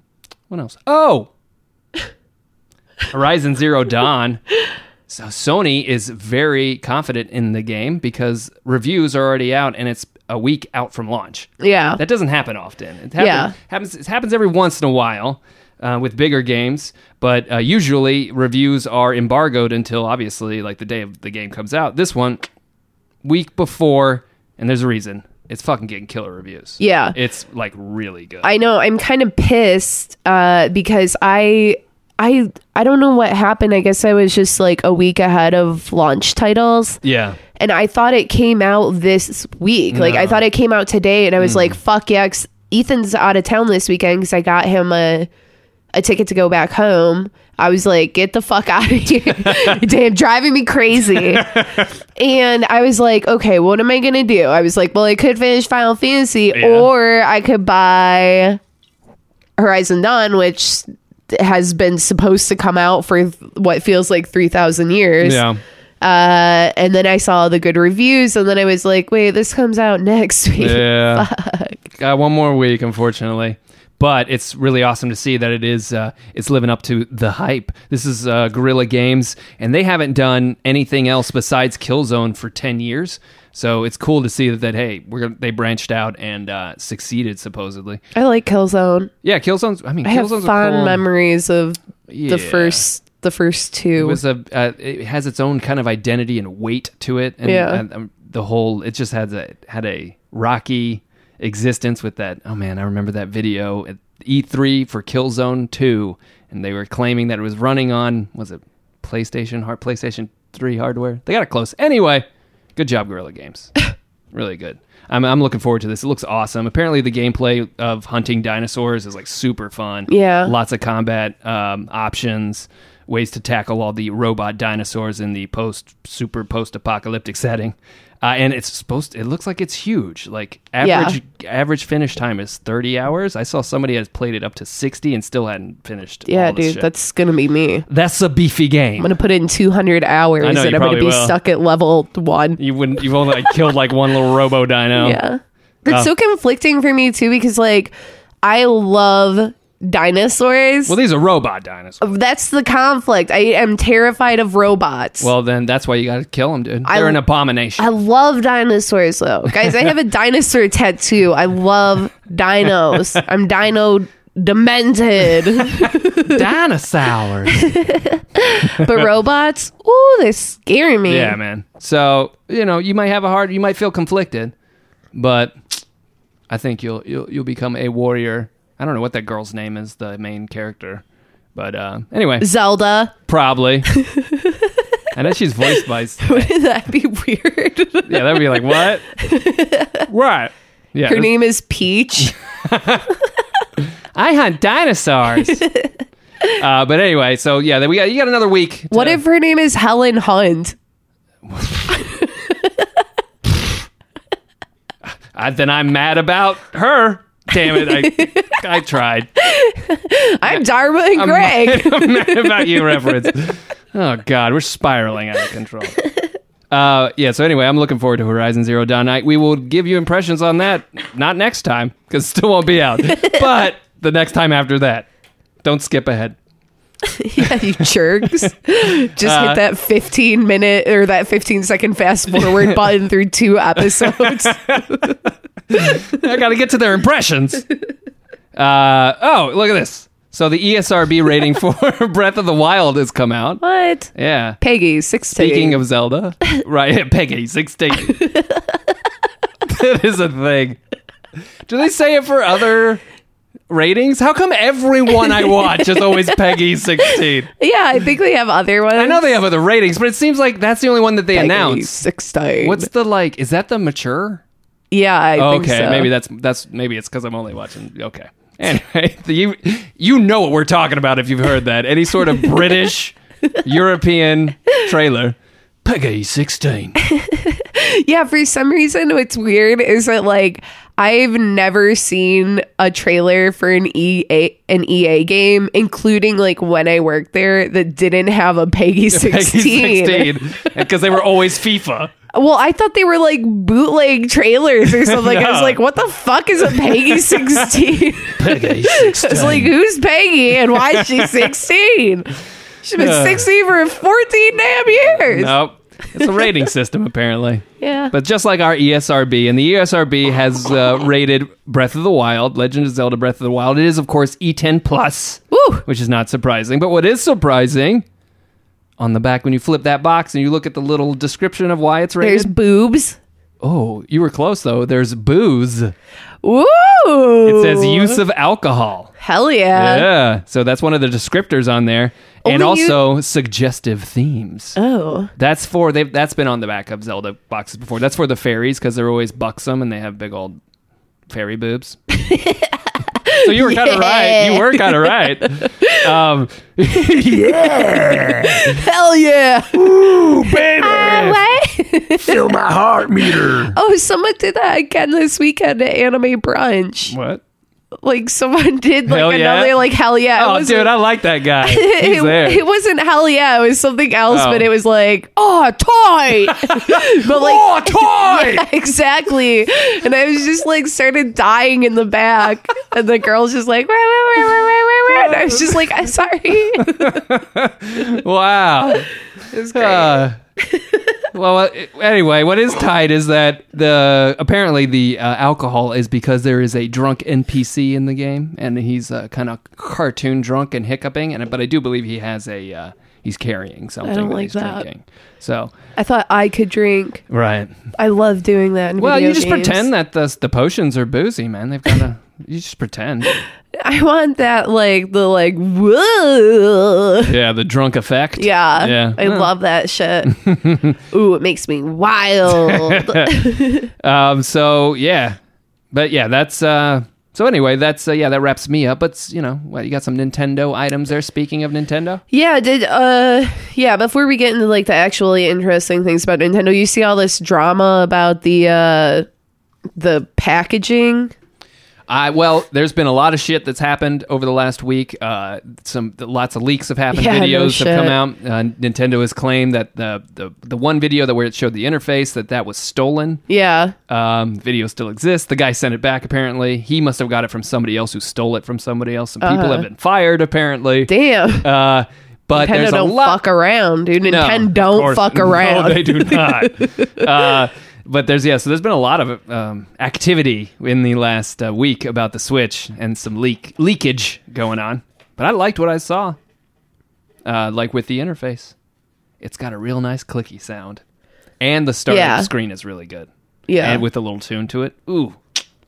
S3: What else? Oh! Horizon Zero Dawn. So Sony is very confident in the game because reviews are already out and it's a week out from launch.
S2: Yeah.
S3: That doesn't happen often. It happen,
S2: Oh. Yeah.
S3: happens. It happens every once in a while uh, with bigger games, but uh, usually reviews are embargoed until obviously like the day of the game comes out. This one, week before and there's a reason. It's fucking getting killer reviews.
S2: Yeah.
S3: it's like really good.
S2: I know I'm kind of pissed uh, because I I I don't know what happened. I guess I was just like a week ahead of launch titles,
S3: yeah,
S2: and I thought it came out this week. Like I thought it came out today, and I
S3: Hmm.
S2: was like, "Fuck yeah!" 'cause Ethan's out of town this weekend because I got him a a ticket to go back home. I was like, "Get the fuck out of here!" Damn, driving me crazy. and I was like, "Okay, what am I gonna do?" I was like, "Well, I could finish Final Fantasy,
S3: Yeah.
S2: or I could buy Horizon Dawn, which." has been supposed to come out for what feels like 3000 years
S3: yeah.
S2: uh, and then I saw the good reviews, and then I was like, wait, this comes out next week.
S3: Yeah. Got one more week, unfortunately. But it's really awesome to see that it is uh, it's living up to the hype. This is uh, Guerrilla Games, and they haven't done anything else besides Killzone for ten years. So it's cool to see that, that hey, we're gonna, they branched out and uh, succeeded supposedly.
S2: I like Killzone.
S3: Yeah, Killzone's. I mean,
S2: I have
S3: Killzone's a
S2: fond
S3: cool,
S2: memories of
S3: Yeah.
S2: the first, the first two.
S3: It was a. Uh, it has its own kind of identity and weight to it, and,
S2: Yeah.
S3: and, um, the whole it just had a had a rocky existence with that. Oh man, I remember that video at E3 for Killzone 2, and they were claiming that it was running on was it PlayStation hard PlayStation 3 hardware. They got it close. Anyway, good job, Guerrilla Games. really good. I'm, I'm looking forward to this. It looks awesome. Apparently, the gameplay of hunting dinosaurs is like super fun.
S2: Yeah.
S3: Lots of combat um, options, ways to tackle all the robot dinosaurs in the post super post apocalyptic setting. Uh, and it's supposed it looks like it's huge. Like average average finish time is 30 hours. I saw somebody has played it up to 60 and still hadn't finished.
S2: yeah,
S3: all this
S2: dude,
S3: shit.
S2: that's gonna be me. I'm
S3: that's a beefy game.
S2: gonna put in 200 hours,
S3: I know,
S2: and
S3: you
S2: I'm gonna
S3: probably
S2: be
S3: will.
S2: stuck at level one.
S3: You wouldn't you've only like, killed like one little robo dino.
S2: Yeah, it's
S3: Oh.
S2: so conflicting for me too because like I love dinosaurs.
S3: Well, these are robot dinosaurs.
S2: that's the conflict. I am terrified of robots.
S3: Well, then that's why you got to kill them, dude. They're an abomination.
S2: I love dinosaurs though. Guys, I have a dinosaur tattoo. I love dinos. I'm dino demented.
S3: Dinosaurs.
S2: but robots, ooh, they scare me.
S3: yeah, man. So you know, you might have a hard, you might feel conflicted, but I think you'll you'll you'll become a warrior. I don't know what that girl's name is, the main character, but uh, anyway,
S2: Zelda.
S3: probably. I know she's voiced by.
S2: Wouldn't that be weird?
S3: Yeah, that'd be like what? what? Yeah,
S2: Her
S3: this-
S2: name is Peach.
S3: I hunt dinosaurs. uh, but anyway, so yeah, then we got you got another week. to-
S2: What if her name is Helen Hunt?
S3: I, uh, then I'm mad about her. Damn it! I I tried.
S2: I'm Dharma and Greg.
S3: I'm mad about you reference. Oh God, we're spiraling out of control. Uh, yeah. So anyway, I'm looking forward to Horizon Zero Dawn. I, we will give you impressions on that. Not next time because it still won't be out. but the next time after that, don't skip ahead.
S2: yeah, you jerks. Just
S3: Uh,
S2: hit that 15 minute or that 15 second fast forward button through two episodes.
S3: I got to get to their impressions. Uh, oh, look at this. So the E ESRB rating for Breath of the Wild has come out.
S2: what?
S3: Yeah.
S2: Peggy, 16.
S3: Speaking of Zelda, right? Peggy, sixteen. that is a thing. Do they say it for other ratings? How come everyone I watch is always Peggy sixteen?
S2: yeah, I think they have other ones.
S3: I know they have other ratings, but it seems like that's the only one that they announce.
S2: Sixteen.
S3: What's the like? Is that the mature?
S2: yeah? I think
S3: okay,
S2: so.
S3: maybe that's that's maybe it's because I'm only watching. Okay, anyway, the, you you know what we're talking about if you've heard that any sort of British European trailer. Peggy sixteen.
S2: yeah. For some reason, what's weird is that like I've never seen a trailer for an EA an EA game, including like when I worked there, that didn't have a Peggy sixteen.
S3: because they were always FIFA.
S2: Well, I thought they were like bootleg trailers or something. I
S3: No.
S2: was like, what the fuck is a Peggy sixteen?
S3: Peggy
S2: I was
S3: 16.
S2: like, who's Peggy and why is she sixteen? She's been
S3: Yeah.
S2: sixteen for fourteen damn years.
S3: nope. It's a rating system apparently.
S2: Yeah.
S3: But just like our E ESRB, and the ESRB has uh, rated Breath of the Wild, Legend of Zelda: Breath of the Wild. It is, of course, E10 plus,
S2: Woo.
S3: which is not surprising. But what is surprising, on the back when you flip that box and you look at the little description of why it's rated,
S2: There's boobs.
S3: Oh, you were close though. There's booze. It
S2: Woo!
S3: says use of alcohol.
S2: Hell yeah.
S3: yeah. So that's one of the descriptors on there. And
S2: Only you-
S3: also suggestive themes.
S2: Oh.
S3: That's for they. That's been on the back of Zelda boxes before. That's for the fairies because they're always buxom and they have big old fairy boobs. so you were kind of right. You were kind of right. Um,
S2: Hell yeah.
S1: Baby,
S2: What?
S1: fill my heart meter.
S2: oh, someone did that again this weekend at Anime Brunch.
S3: what?
S2: Like someone did like
S3: Hell yeah?
S2: another like hell yeah.
S3: Oh,
S2: wasn't-
S3: dude, I like that guy. He's
S2: it,
S3: there.
S2: it wasn't hell yeah, it was something else,
S3: Oh.
S2: but it was like, oh, toy. but like,
S1: Oh, toy!
S2: exactly. And I was just like started dying in the back. And the girl's just like, "Wah, wah, wah, wah, wah, wah, wah." and I was just like, I'm sorry. it
S3: Wow.
S2: Oh, was great.
S3: Uh, well, uh, anyway, what is tight is that the apparently the uh, alcohol is because there is a drunk NPC in the game, and he's uh, kind of cartoon drunk and hiccuping, and but I do believe he has a uh, he's carrying something.
S2: don't
S3: that
S2: like
S3: he's
S2: that.
S3: Drinking. So
S2: I thought I could drink.
S3: right.
S2: I love doing that. In
S3: Well,
S2: video
S3: you just
S2: games.
S3: pretend that the the potions are boozy, man. They've got to. you just pretend.
S2: I want that, like, the like, whoa.
S3: Yeah, the drunk effect.
S2: Yeah.
S3: Yeah.
S2: I
S3: Yeah.
S2: love that shit. Ooh, it makes me wild.
S3: Um, so yeah, but yeah, that's uh. So anyway, that's uh, yeah, that wraps me up. But you know, well, you got some Nintendo items there. Speaking of Nintendo,
S2: Yeah, did uh yeah, before we get into like the actually interesting things about Nintendo, you see all this drama about the uh the packaging.
S3: I well, there's been a lot of shit that's happened over the last week. Uh, some lots of leaks have happened.
S2: Yeah, no
S3: Videos have come
S2: shit.
S3: out. Uh, Nintendo has claimed that the, the the one video that where it showed the interface that that was stolen.
S2: Yeah.
S3: Um, video still exists. The guy sent it back. Apparently, he must have got it from somebody else who stole it from somebody else. Some people
S2: Uh-huh.
S3: have been fired. Apparently,
S2: Damn.
S3: uh, but
S2: Nintendo
S3: there's a
S2: don't
S3: lot.
S2: fuck around, dude.
S3: No,
S2: Nintendo
S3: of
S2: don't
S3: course.
S2: fuck
S3: No,
S2: around.
S3: they do not. uh, but there's yeah, so there's been a lot of um, activity in the last uh, week about the Switch and some leak leakage going on. But I liked what I saw, uh, like with the interface. It's got a real nice clicky sound, and the start of
S2: Yeah.
S3: the screen is really good.
S2: Yeah.
S3: and with a little tune to it. Ooh,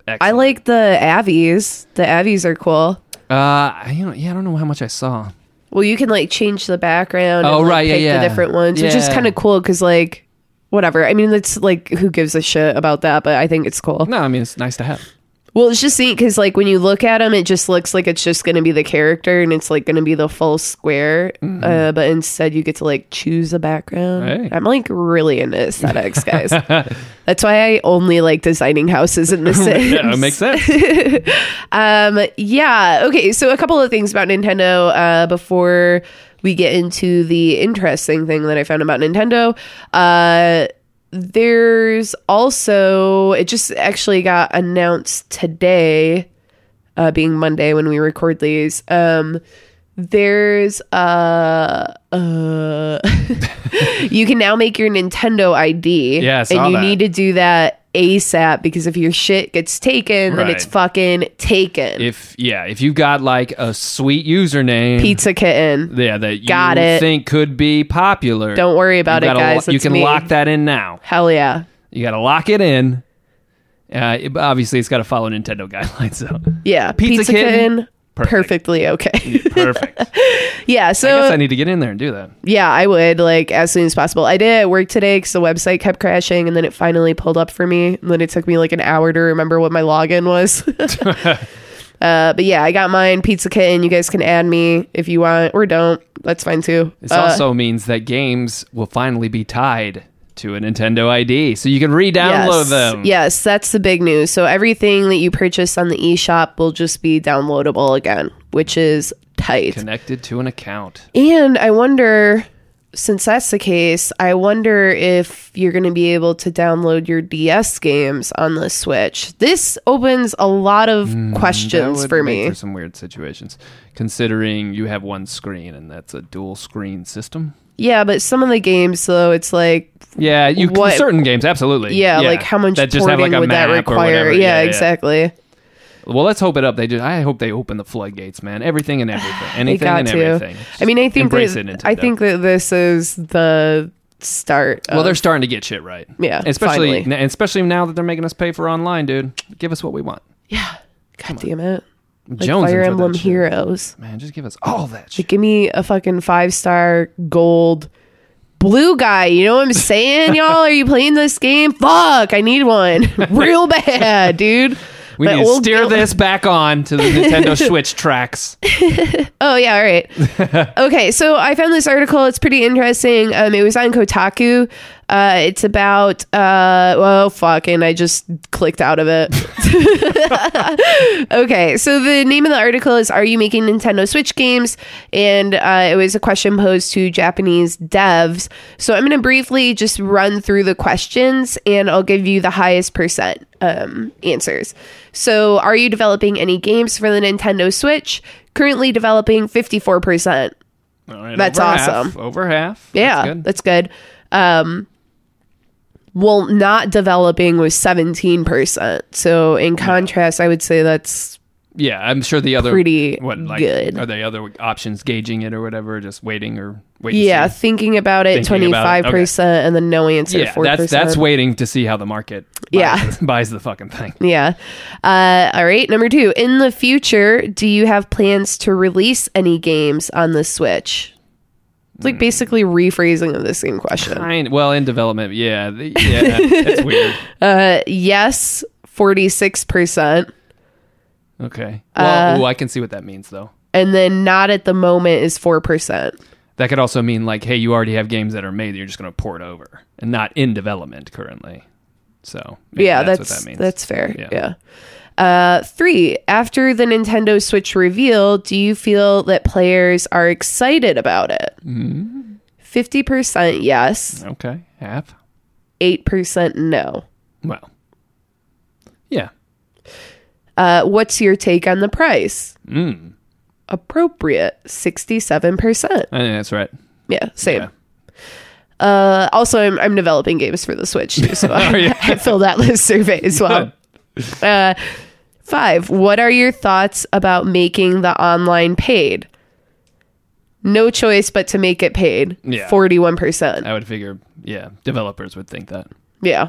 S3: excellent.
S2: I like the Avies. The Avies are cool.
S3: Uh, I, you know, yeah, I don't know how much I saw.
S2: Well, you can like change the background.
S3: Oh,
S2: and, like,
S3: right, yeah,
S2: pick
S3: yeah.
S2: The different ones, which is
S3: Yeah.
S2: kind of cool because like, whatever. I mean, it's like who gives a shit about that, but I think it's cool.
S3: No, I mean it's nice to have.
S2: Well, it's just neat because, like, when you look at him, it just looks like it's just going to be the character and it's, like, going to be the full square. Uh, but instead, you get to, like, choose a background.
S3: Mm-hmm. Hey.
S2: I'm, like, really into aesthetics, guys. That's why I only like designing houses in The Sims.
S3: Yeah, it makes sense.
S2: Um, yeah. Okay. So, a couple of things about Nintendo uh, before we get into the interesting thing that I found about Nintendo. Uh, there's also, it just actually got announced today, uh, being Monday when we record these. Um, there's uh uh you can now make your Nintendo ID.
S3: Yeah, I saw
S2: and you
S3: that.
S2: need to do that ASAP because if your shit gets taken, then it's
S3: Right.
S2: fucking taken.
S3: if yeah, if you've got like a sweet username,
S2: Pizza kitten.
S3: yeah, that you
S2: Got it.
S3: think could be popular,
S2: Don't worry about
S3: you
S2: it,
S3: gotta
S2: guys.
S3: lo- you
S2: It's
S3: can
S2: me.
S3: lock that in now.
S2: Hell yeah.
S3: You got to lock it in. Uh, it- obviously, it's got to follow Nintendo guidelines, though.
S2: Yeah.
S3: Pizza kitten? Perfect.
S2: Perfectly okay.
S3: Perfect. I
S2: yeah. So
S3: guess I need to get in there and do that.
S2: yeah, I would like as soon as possible. I did at work today because the website kept crashing, and then it finally pulled up for me. And then it took me like an hour to remember what my login was. uh, but yeah, I got mine. Pizza Kitten. You guys can add me if you want or don't. That's fine too.
S3: This
S2: Uh,
S3: also means that games will finally be tied to a Nintendo ID, so you can re-download
S2: yes,
S3: them.
S2: Yes, that's the big news. So everything that you purchase on the eShop will just be downloadable again, which is tight.
S3: Connected to an account.
S2: And I wonder, since that's the case, I wonder if you're going to be able to download your DS games on the Switch. This opens a lot of
S3: Hmm, That
S2: questions
S3: would
S2: for
S3: make
S2: me.
S3: for some weird situations, considering you have one screen and that's a dual screen system.
S2: Yeah, but some of the games, though, it's like,
S3: Yeah, you
S2: What-
S3: certain games absolutely.
S2: yeah, like how much
S3: that
S2: porting
S3: just have like a
S2: would that
S3: map or
S2: require?
S3: whatever.
S2: Yeah, exactly.
S3: Well, let's hope it up. They do. I hope they open the floodgates, man. Everything and everything,
S2: They
S3: anything
S2: got
S3: and
S2: to.
S3: everything.
S2: I mean, I think
S3: Embrace
S2: that
S3: it, Nintendo.
S2: I think that this is the start.
S3: Well,
S2: of-
S3: they're starting to get shit right.
S2: Yeah,
S3: especially
S2: finally.
S3: n- especially now that they're making us pay for online, dude. Give us what we want.
S2: yeah. God damn it! Like
S3: Jones
S2: Fire
S3: for that
S2: Emblem
S3: shit.
S2: Heroes.
S3: man. Just give us all that shit.
S2: Like, give me a fucking five star gold blue guy. You know what I'm saying, y'all? Are you playing this game? Fuck, I need one real bad, dude.
S3: We
S2: My
S3: need to
S2: old
S3: steer
S2: gal-
S3: this back on to the Nintendo Switch tracks.
S2: Oh yeah, all right. okay, so I found this article. It's pretty interesting. Um, it was on Kotaku. Uh, it's about uh, well, fuck, and I just clicked out of it. okay, so the name of the article is "Are you making Nintendo Switch games?" and uh, it was a question posed to Japanese devs. So I'm going to briefly just run through the questions, and I'll give you the highest percent um, answers. So, are you developing any games for the Nintendo Switch? Currently developing 54%.
S3: All right,
S2: That's
S3: over half,
S2: awesome.
S3: over half.
S2: Yeah,
S3: That's good.
S2: that's good. Um, well, not developing was 17%. So, in
S3: Hmm.
S2: contrast, I would say that's
S3: yeah, I'm sure the other
S2: Pretty
S3: what, like,
S2: good.
S3: Are the other options gauging it or whatever? Just waiting or waiting.
S2: yeah, thinking about it
S3: Thinking about it,
S2: 25%
S3: okay.
S2: and then no answer
S3: yeah.
S2: 4%.
S3: That's that's waiting to see how the market buys,
S2: Yeah.
S3: buys the fucking thing.
S2: yeah. Uh, all right. Number two. In the future, do you have plans to release any games on the Switch? It's
S3: Hmm.
S2: like basically rephrasing of the same question.
S3: Kind- well, in development, yeah, the- yeah, it's weird.
S2: yes 46%
S3: Okay,
S2: Uh,
S3: well, ooh, I can see what that means though.
S2: and then not at the moment is 4%
S3: That could also mean like, hey, you already have games that are made. You're just going to port over and not in development currently. So maybe
S2: yeah that's that's,
S3: what that means.
S2: fair
S3: Yeah.
S2: yeah, Uh, three after the nintendo switch reveal do you feel that players are excited about it
S3: Mm-hmm.
S2: 50% yes
S3: okay. Half.
S2: 8% no
S3: Well, yeah.
S2: uh, what's your take on the price
S3: Mm.
S2: appropriate 67%
S3: I think that's right.
S2: yeah same Uh, also, I'm, I'm developing games for the Switch, too, so I,
S3: Oh, yeah.
S2: I filled out this survey as well. Uh, five. What are your thoughts about making the online paid? No choice but to make it paid.
S3: Yeah.
S2: Forty-one percent.
S3: I would figure, yeah, developers would think that.
S2: Yeah.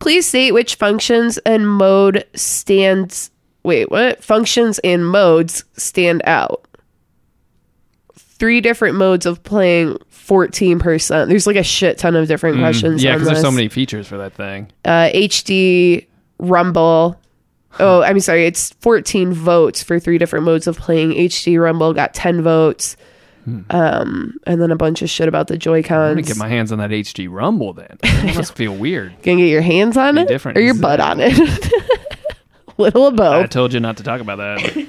S2: Please state which functions and mode stands. Wait, what? Functions and modes stand out. Three different modes of playing. Fourteen percent. There's like a shit ton of different questions.
S3: Mm. Yeah,
S2: on
S3: because there's so
S2: this.
S3: many features for that thing.
S2: Uh, HD Rumble. Oh, I'm sorry. It's 14 votes for three different modes of playing. HD Rumble got 10 votes.
S3: Hmm.
S2: Um, and then a bunch of shit about the Joy
S3: I'm gonna
S2: Cons.
S3: get my hands on that HD Rumble then. That must feel weird.
S2: gonna get your hands on it
S3: different.
S2: or your butt on it little of
S3: I
S2: both
S3: told you not to talk about that.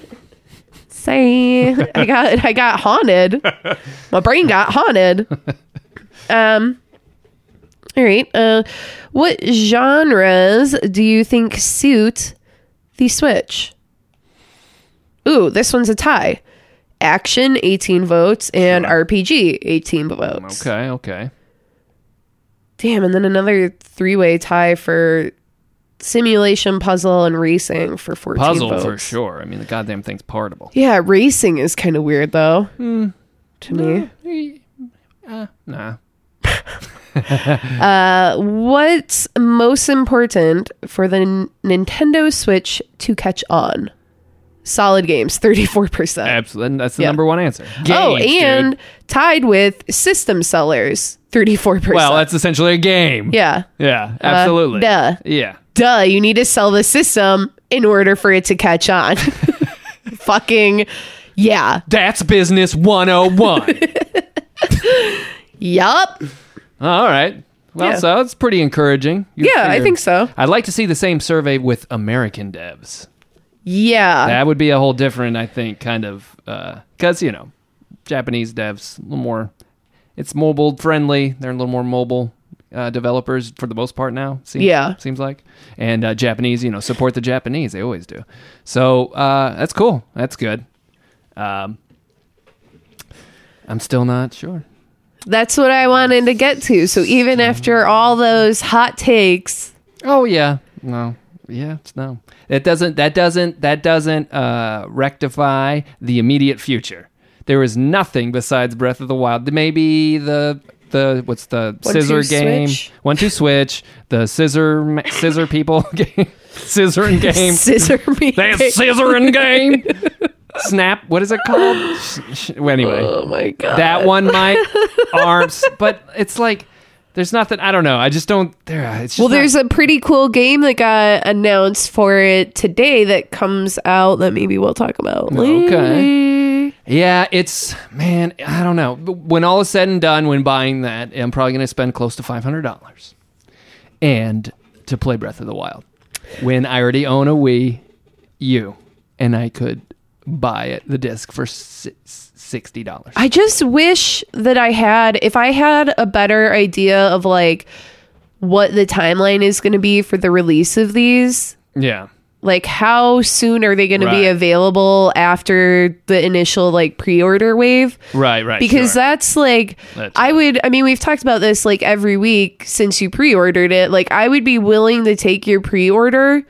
S2: say i got i got haunted my brain got haunted um all right uh what genres do you think suit the switch ooh this one's a tie action 18 votes and rpg 18 votes
S3: Okay, okay.
S2: Damn, and then another three way tie for simulation, puzzle, and racing for 14
S3: Puzzle for
S2: votes.
S3: sure. I mean, the goddamn thing's portable.
S2: Yeah, racing is kind of weird though.
S3: Hmm.
S2: To me.
S3: Uh, nah.
S2: Uh, what's most important for the N- Nintendo Switch to catch on? Solid games, 34%.
S3: Absolutely. That's the
S2: Yeah.
S3: number one answer.
S2: oh,
S3: Games, dude.
S2: and tied with system sellers, 34%.
S3: Well, that's essentially a game.
S2: yeah. Uh,
S3: Yeah, absolutely.
S2: duh.
S3: Yeah.
S2: duh, you need to sell the system in order for it to catch on. Fucking yeah.
S3: That's business 101.
S2: Yup.
S3: All right. Well,
S2: Yeah.
S3: so that's pretty encouraging. You
S2: Yeah, I think so.
S3: I'd like to see the same survey with American devs.
S2: Yeah.
S3: That would be a whole different, I think, kind of because you know, Japanese devs a little more. It's mobile friendly. They're a little more mobile uh, developers for the most part now. Seems,
S2: Yeah.
S3: seems like. And uh, Japanese, you know, support the Japanese. They always do. So uh, that's cool. That's good. Um, I'm still not sure.
S2: That's what I wanted to get to. So even after all those hot takes,
S3: Oh yeah, no, yeah, it's no. That doesn't that doesn't that doesn't uh, rectify the immediate future. There is nothing besides Breath of the Wild. Maybe the the what's the
S2: One,
S3: scissor
S2: two,
S3: game?
S2: switch.
S3: One two switch. The scissor ma- scissor people game. Scissoring game.
S2: Scissor me.
S3: They have scissoring game. Snap. What is it called? Sh- sh- well, anyway,
S2: Oh my god.
S3: that one might arms, but it's like there's nothing. I don't know. I just don't. There. It's just
S2: Well,
S3: not-
S2: there's a pretty cool game that got announced for it today that comes out that maybe we'll talk about later.
S3: Okay. Yeah, it's man. I don't know. When all is said and done, when buying that, I'm probably going to spend close to five hundred dollars, and to play Breath of the Wild, when I already own a Wii U, and I could buy it the disc for si- sixty dollars.
S2: I just wish that I had, if I had a better idea of like what the timeline is going to be for the release of these,
S3: Yeah,
S2: like how soon are they going to be
S3: Right.
S2: available after the initial like pre-order wave?
S3: right, right.
S2: because
S3: sure.
S2: that's like
S3: That's
S2: I would I mean we've talked about this like every week since you pre-ordered it like I would be willing to take your pre-order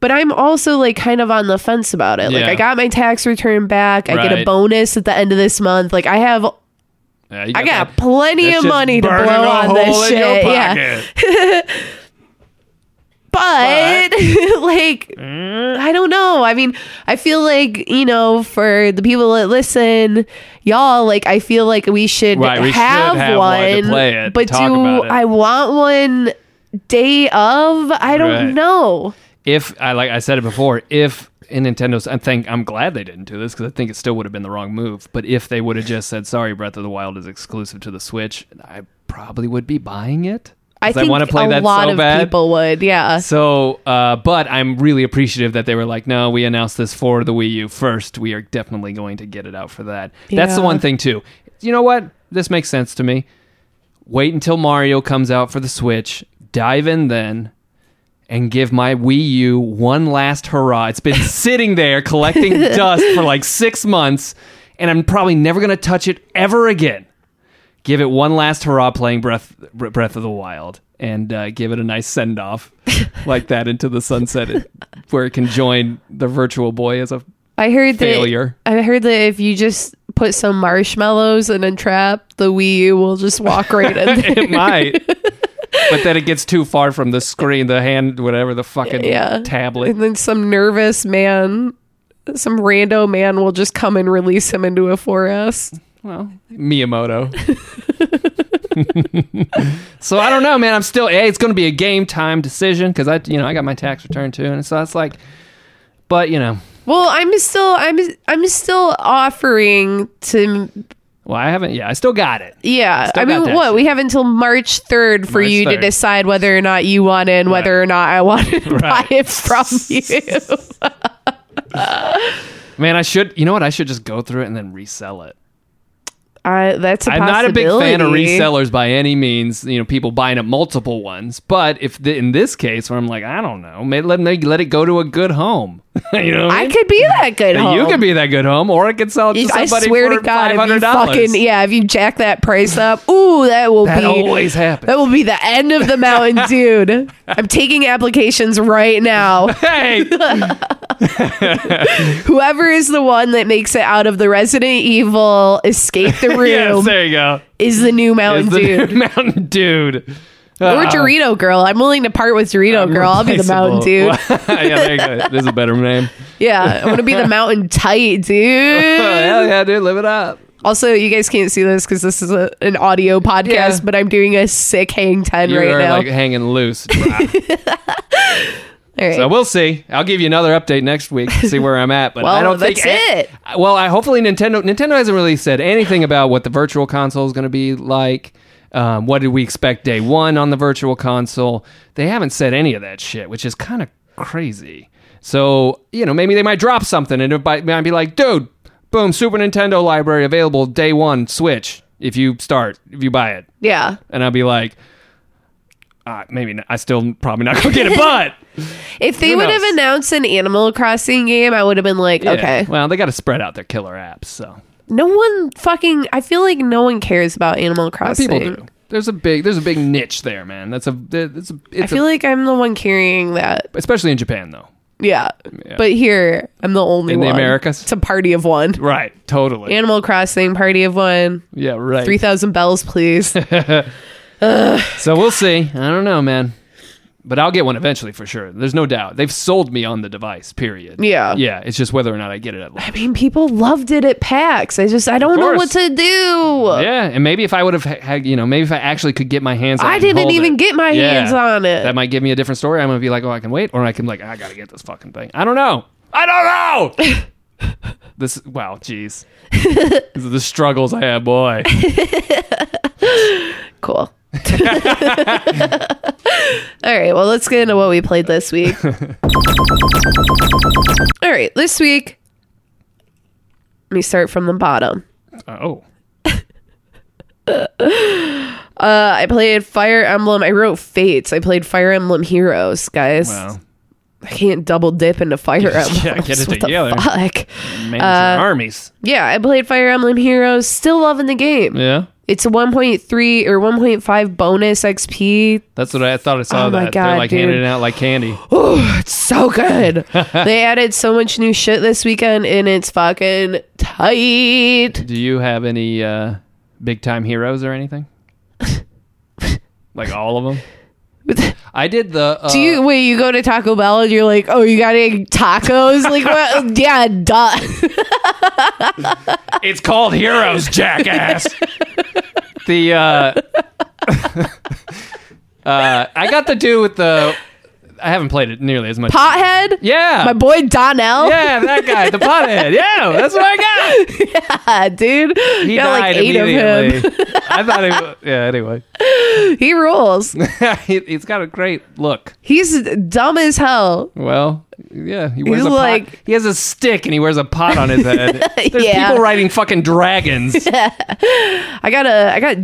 S2: but I'm also like kind of on the fence about it like
S3: Yeah.
S2: I got my tax return back I get a
S3: Right.
S2: bonus at the end of this month like I have
S3: Yeah, you
S2: I got
S3: that.
S2: plenty
S3: That's
S2: of
S3: just
S2: money to blow
S1: Burning a
S2: on
S1: hole
S2: this
S1: in your
S2: shit yeah
S1: pocket.
S2: but like
S3: Mm.
S2: I don't know. I mean, I feel like, you know, for the people that listen, y'all, like I feel like we should,
S3: Right, we should
S2: have,
S3: have
S2: one,
S3: one to play it,
S2: but
S3: talk
S2: do
S3: about it.
S2: I want one day of? I don't
S3: Right.
S2: know.
S3: if I like I said it before, if in Nintendo's, I think I'm glad they didn't do this because I think it still would have been the wrong move. But if they would have just said, "Sorry, Breath of the Wild is exclusive to the Switch," I probably would be buying it.
S2: I
S3: 'Cause
S2: think
S3: wanna
S2: a lot of people would. Yeah.
S3: So, uh, but I'm really appreciative that they were like, "No, we announced this for the Wii U first. We are definitely going to get it out for that." That's the
S2: Yeah.
S3: one thing too. You know what? This makes sense to me. Wait until Mario comes out for the Switch. Dive in then and give my Wii U one last hurrah. It's been sitting there collecting dust for like six months, and I'm probably never going to touch it ever again. Give it one last hurrah playing Breath Breath of the Wild, and uh, give it a nice send off like that into the sunset, it- where it can join the Virtual Boy as a
S2: I heard
S3: failure.
S2: that I heard that if you just put some marshmallows in a trap, the Wii U will just walk right in there.
S3: it might. But then it gets too far from the screen, the hand, whatever the fucking
S2: Yeah.
S3: tablet.
S2: And then some nervous man, some rando man will just come and release him into a forest.
S3: Well, Miyamoto. so I don't know, man. I'm still. Hey, it's going to be a game time decision because I, you know, I got my tax return too, and so it's like, but you know,
S2: Well, I'm still I'm I'm still offering to
S3: well, I haven't. Yeah, I still got it.
S2: yeah.
S3: Still
S2: I mean,
S3: got that
S2: what?
S3: shit.
S2: We have until March 3rd for
S3: March
S2: you
S3: 3rd.
S2: to decide whether or not you want it and whether or not I want to
S3: Right.
S2: buy it from you.
S3: Man, I should. You know what? I should just go through it and then resell it.
S2: I, that's a
S3: I'm not a big fan of
S2: possibility.
S3: resellers by any means. You know, people buying up multiple ones. But if the, in this case, where I'm like, I don't know, may let me let it go to a good home. you know, what I
S2: I
S3: mean?
S2: could be that good.
S3: You
S2: home.
S3: could be that good home, or I could sell it to
S2: I
S3: somebody
S2: swear
S3: for
S2: to God, if you
S3: $500.
S2: fucking yeah, if you jack that price up, ooh, that will
S3: That
S2: be
S3: always happens.
S2: That will be the end of the mountain, dude. I'm taking applications right now.
S3: hey,
S2: Whoever is the one that makes it out of the Resident Evil escape the room
S3: yes, there you go.
S2: is the new
S3: It's
S2: mountain
S3: the
S2: dude.
S3: new Mountain Dude.
S2: or
S3: Uh,
S2: Dorito girl. I'm willing to part with Dorito girl. I'll be the mountain dude.
S3: replaceable. yeah, there you go. There's a better name.
S2: Yeah, I want to be the mountain tight dude.
S3: Hell yeah, dude, live it up.
S2: Also, you guys can't see this because this is a, an audio podcast,
S3: Yeah.
S2: but I'm doing a sick hang ten
S3: You
S2: right
S3: are
S2: now.
S3: uh, like hanging loose.
S2: All right.
S3: so we'll see. I'll give you another update next week. See where I'm at. But I
S2: Well,
S3: don't think
S2: that's
S3: it. Well, I hopefully Nintendo. Nintendo hasn't really said anything about what the virtual console is going to be like. Um, what did we expect day one on the virtual console? They haven't said any of that shit, which is kind of crazy. So you know, maybe they might drop something and it might might be like, dude, boom, Super Nintendo library available day one Switch if you start if you buy it
S2: yeah.
S3: and I'll be like, uh, maybe not, I still probably not gonna get it, but
S2: If they
S3: Who
S2: would
S3: knows?
S2: have announced an Animal Crossing game, I would have been like,
S3: Yeah.
S2: okay.
S3: Well, they got to spread out their killer apps, so
S2: No one fucking. I feel like no one cares about Animal Crossing.
S3: people do. There's a big there's a big niche there, man. That's a it's a,
S2: I
S3: it's a
S2: feel like I'm the one carrying that.
S3: especially in Japan though.
S2: Yeah.
S3: Yeah.
S2: But here, I'm the only
S3: In the
S2: one.
S3: Americas?
S2: It's a party of one.
S3: Right. Totally.
S2: Animal Crossing, party of one.
S3: yeah. Right.
S2: 3,000 bells, please.
S3: So we'll see. I don't know, man. But I'll get one eventually for sure. There's no doubt. They've sold me on the device, period.
S2: Yeah.
S3: Yeah. It's just whether or not I get it at launch.
S2: I mean, people loved it at PAX. I just, I don't know
S3: course.
S2: what to do.
S3: Yeah. And maybe if I would have ha- had, you know, maybe if I actually could get my hands on it.
S2: I
S3: and
S2: didn't
S3: hold
S2: even
S3: it,
S2: get my
S3: yeah,
S2: hands on it.
S3: That might give me a different story. I'm going to be like, oh, I can wait. Or I can, like, I got to get this fucking thing. I don't know. I don't know. this, wow, jeez. These are the struggles I have, boy.
S2: cool. All right, well, let's get into what we played this week. All right, this week, let me start from the bottom.
S3: oh.
S2: Uh, I played Fire Emblem. I wrote Fates. I played Fire Emblem Heroes, guys.
S3: Wow.
S2: I can't double dip into Fire Emblem.
S3: Yeah, get it
S2: what
S3: together.
S2: The fuck?
S3: Managing
S2: Uh,
S3: armies.
S2: Yeah, I played Fire Emblem Heroes. Still loving the game.
S3: Yeah.
S2: It's a 1.3 or 1.5 bonus XP.
S3: That's what I thought I saw
S2: Oh my
S3: that. They're
S2: God,
S3: like
S2: dude.
S3: handing it out like candy.
S2: Oh, it's so good. they added so much new shit this weekend, and it's fucking tight.
S3: Do you have any uh, big time heroes or anything? like all of them? I did the. Uh,
S2: Do you wait? You go to Taco Bell and you're like, "Oh, you got any tacos?" like, what? yeah, duh.
S3: It's called Heroes, jackass. the. Uh, uh, I got the dude with the. I haven't played it nearly as much.
S2: Pothead.
S3: yeah.
S2: My boy Donnell.
S3: yeah, that guy, the pothead. Yeah, that's what I got.
S2: Yeah, dude.
S3: He
S2: got
S3: died
S2: like eight of
S3: immediately.
S2: him.
S3: I thought he. wa- Yeah. Anyway,
S2: He rules.
S3: he, he's got a great look.
S2: He's dumb as hell.
S3: Well, yeah, he wears
S2: He's
S3: a pot.
S2: like-
S3: He has a stick and he wears a pot on his head. There's
S2: Yeah.
S3: people riding fucking dragons.
S2: I got a, I got,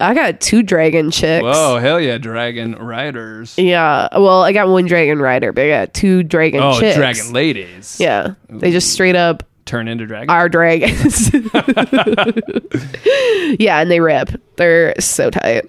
S2: I got two dragon chicks.
S3: Whoa, hell yeah, dragon riders.
S2: Yeah. Well, I got one dragon rider, but I got two dragon
S3: Oh,
S2: chicks.
S3: dragon ladies.
S2: Yeah. They just straight up
S3: Turn into dragons.
S2: are dragons. yeah, and they rip. They're so tight.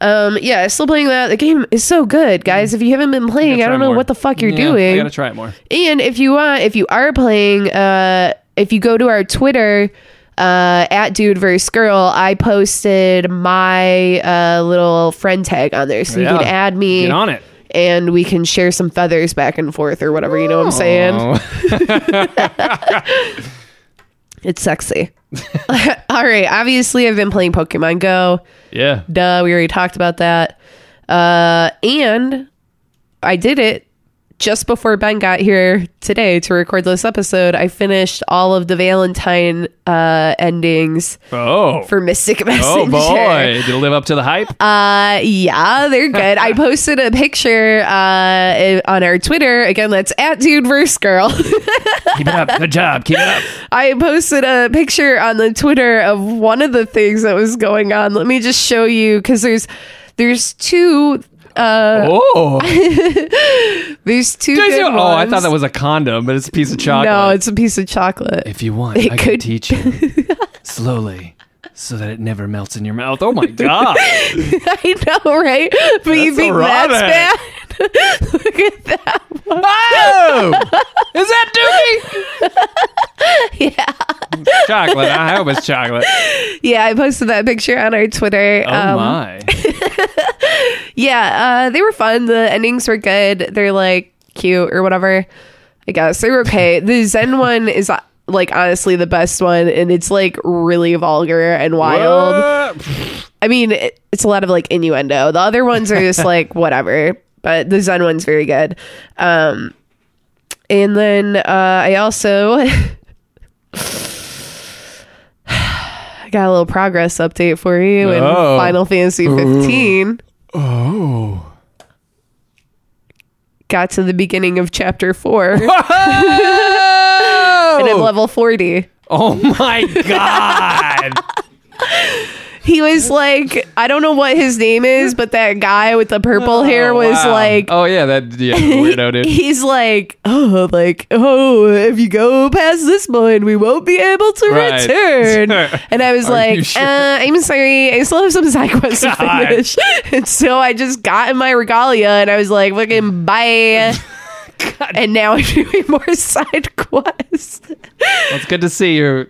S2: Um, yeah, still playing that. The game is so good, guys. If you haven't been playing, I
S3: Try
S2: don't know
S3: more.
S2: what the fuck you're
S3: Yeah, I
S2: doing.
S3: gotta try it more.
S2: And if you want, if you are playing, uh, if you go to our Twitter uh, at dude versus girl, I posted my uh, little friend tag on there, so you
S3: Yeah.
S2: can add me
S3: Get on it.
S2: and we can share some feathers back and forth or whatever. You know what I'm saying?
S3: Oh.
S2: It's sexy. All right. Obviously, I've been playing Pokemon Go.
S3: yeah.
S2: Duh, we already talked about that. Uh, and I did it just before Ben got here today to record this episode. I finished all of the Valentine uh, endings
S3: Oh.
S2: for Mystic Messenger.
S3: Oh boy. Did it live up to the hype?
S2: Uh, yeah, they're good. I posted a picture uh, on our Twitter. Again, that's at dude verse girl.
S3: Keep it up. Good job. Keep it up.
S2: I posted a picture on the Twitter of one of the things that was going on. Let me just show you because there's there's two uh
S3: Oh.
S2: there's two.
S3: Did I
S2: good
S3: say- oh, I
S2: ones.
S3: thought that was a condom, but it's a piece of chocolate.
S2: no, it's a piece of chocolate.
S3: If you want,
S2: It
S3: I
S2: could-
S3: could teach you slowly so that it never melts in your mouth. Oh my god.
S2: I know, right? But you
S3: That's
S2: think that's bad? Look at that.
S3: Oh! Is that Dookie? yeah. Chocolate. I hope it's chocolate.
S2: Yeah, I posted that picture on our Twitter. Um,
S3: Oh my.
S2: Yeah, uh, they were fun. The endings were good. They're like cute or whatever. I guess they were okay. The Zen one is uh, like honestly the best one, and it's like really vulgar and wild. I mean, it, it's a lot of like innuendo. The other ones are just like whatever, but the Zen one's very good. Um, and then uh, I also I got a little progress update for you in
S3: Oh.
S2: Final Fantasy 15.
S3: Oh.
S2: Got to the beginning of chapter four, and I'm level 40.
S3: Oh my god.
S2: He was like, I don't know what his name is, but that guy with the purple hair
S3: Oh,
S2: was
S3: wow.
S2: like,
S3: Oh yeah, that yeah, weirdo dude.
S2: He's like, oh, like, oh, if you go past this point, we won't be able to
S3: Right.
S2: return. and I was
S3: Are you
S2: like,
S3: sure?
S2: uh, I'm sorry, I still have some side quests to
S3: God.
S2: finish. and so I just got in my regalia and I was like, fucking bye. and now I'm doing more side quests.
S3: Well, it's good to see you're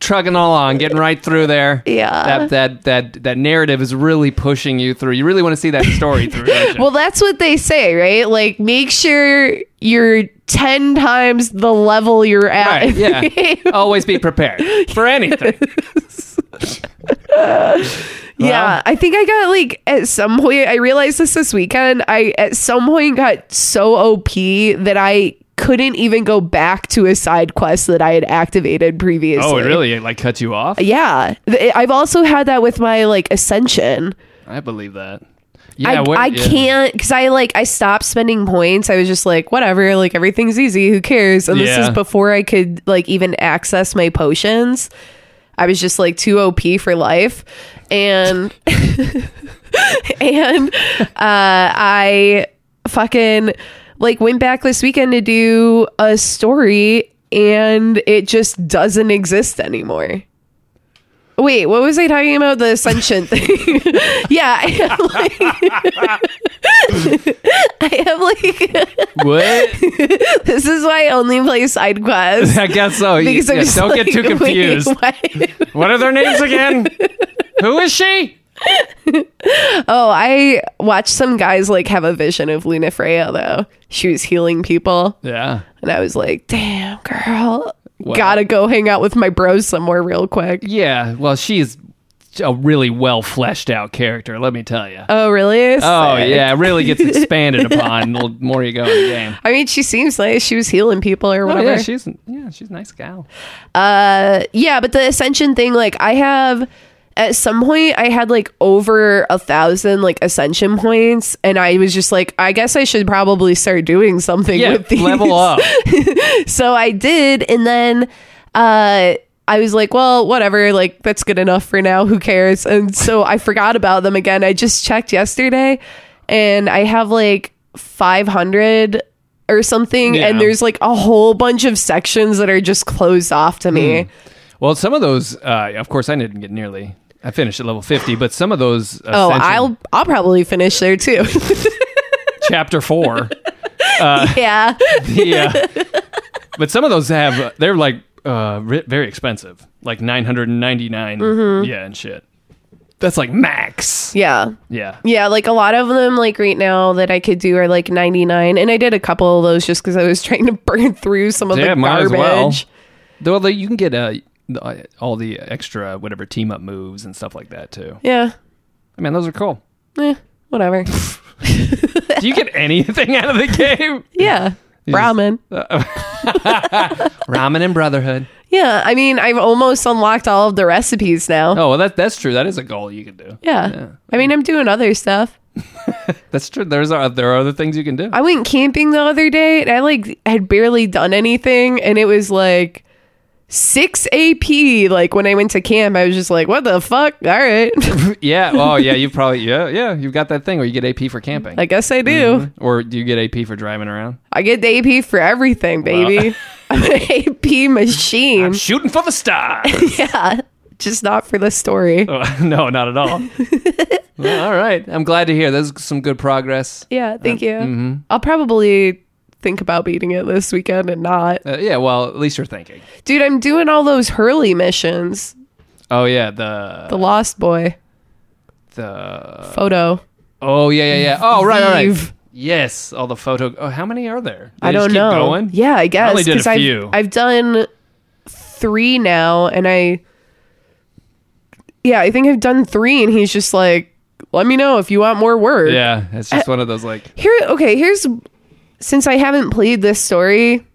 S3: trugging along, getting right through there.
S2: Yeah.
S3: That that that that narrative is really pushing you through. You really want to see that story through. don't you?
S2: Well, that's what they say, right? Like, make sure you're 10 times the level you're at.
S3: Right,
S2: in the
S3: yeah. Oh,
S2: game.
S3: Always be prepared for anything.
S2: Yeah, I think I got like at some point I realized this this weekend. I at some point got so OP that I couldn't even go back to a side quest that I had activated previously.
S3: Oh, it really? It like cut you off?
S2: Yeah. Th- I've also had that with my like ascension.
S3: I believe that. Yeah,
S2: I,
S3: what-
S2: I
S3: yeah.
S2: can't because I like I stopped spending points. I was just like whatever, like everything's easy. Who cares? And this
S3: Yeah.
S2: is before I could like even access my potions. I was just like too OP for life, and and uh, I fucking like went back this weekend to do a story, and it just doesn't exist anymore. Wait, what was I talking about? The ascension thing. yeah, I have like, I have like
S3: What?
S2: this is why I only play side quests.
S3: I guess so. You-
S2: Because I'm
S3: yeah,
S2: just
S3: don't
S2: like,
S3: get too
S2: wait,
S3: confused.
S2: why-
S3: What are their names again? Who is she?
S2: Oh, I watched some guys like have a vision of Luna Freya though. She was healing people,
S3: Yeah.
S2: and I was like, "Damn, girl,
S3: Wow.
S2: gotta go hang out with my bros somewhere real quick."
S3: Yeah. Well, she's a really well fleshed out character, let me tell you.
S2: Oh, really?
S3: oh, yeah. It really gets expanded upon the more you go in the game.
S2: I mean, she seems nice. She was healing people or
S3: Oh,
S2: whatever.
S3: yeah, she's yeah, she's a nice gal.
S2: uh yeah but the ascension thing like i have at some point i had like over a thousand like ascension points and i was just like i guess i should probably start doing something
S3: Yeah,
S2: with these
S3: level up.
S2: so i did and then uh I was like, well, whatever, like that's good enough for now. Who cares? And so I forgot about them again. I just checked yesterday and I have like 500 or something.
S3: Yeah.
S2: And there's like a whole bunch of sections that are just closed off to me.
S3: Hmm. Well, some of those, uh, of course, I didn't get nearly. I finished at level fifty, but some of those. uh,
S2: Oh,
S3: Ascension-
S2: I'll I'll probably finish there too.
S3: chapter four.
S2: yeah.
S3: yeah. But some of those have they're like uh ri- very expensive, like nine hundred and ninety nine. Yeah, and shit. That's like max.
S2: Mm-hmm. Yeah.
S3: Yeah.
S2: Yeah, like a lot of them like right now that I could do are like 99 and I did a couple of those just cuz I was trying to burn through some of
S3: yeah,
S2: the
S3: might
S2: garbage.
S3: as well. Though though you can get uh, the- uh, all the extra whatever team up moves and stuff like that too.
S2: Yeah.
S3: I mean, those are cool.
S2: Eh, whatever.
S3: Do you get anything out of the game?
S2: yeah. Ramen.
S3: Ramen and Brotherhood.
S2: Yeah, I mean, I've almost unlocked all of the recipes now.
S3: Oh well, that that's true. That is a goal you can do.
S2: yeah. I mean, I'm doing other stuff.
S3: That's true. There's are there are other things you can do.
S2: I went camping the other day and I like had barely done anything and it was like 6 AP like when I went to camp I was just like what the fuck all right
S3: yeah. Oh yeah. You probably yeah yeah. You've got that thing where you get AP for camping.
S2: I guess I do
S3: Or do you get AP for driving around?
S2: I get the AP for everything baby I'm an AP machine
S3: Shooting for the stars.
S2: yeah just not for the story
S3: Oh. no, not at all. Well, all right. I'm glad to hear. There's some good progress.
S2: yeah thank you
S3: mm-hmm.
S2: I'll probably think about beating it this weekend and not
S3: Uh, yeah. Well, at least you're thinking.
S2: dude I'm doing all those Hurley missions
S3: Oh yeah. The
S2: the Lost Boy
S3: the.
S2: photo
S3: Oh yeah yeah yeah. Oh right all right.
S2: Leave.
S3: Yes. All the photo. Oh, how many are there? They
S2: I don't
S3: just keep
S2: know.
S3: Going.
S2: Yeah, I guess.
S3: only did a
S2: 'cause I've-
S3: few.
S2: I've, done three now, and I. Yeah, I think I've done three, and he's just like, "Let me know if you want more work."
S3: Yeah. It's just one of those like.
S2: Here, okay. Here's since I haven't played this story,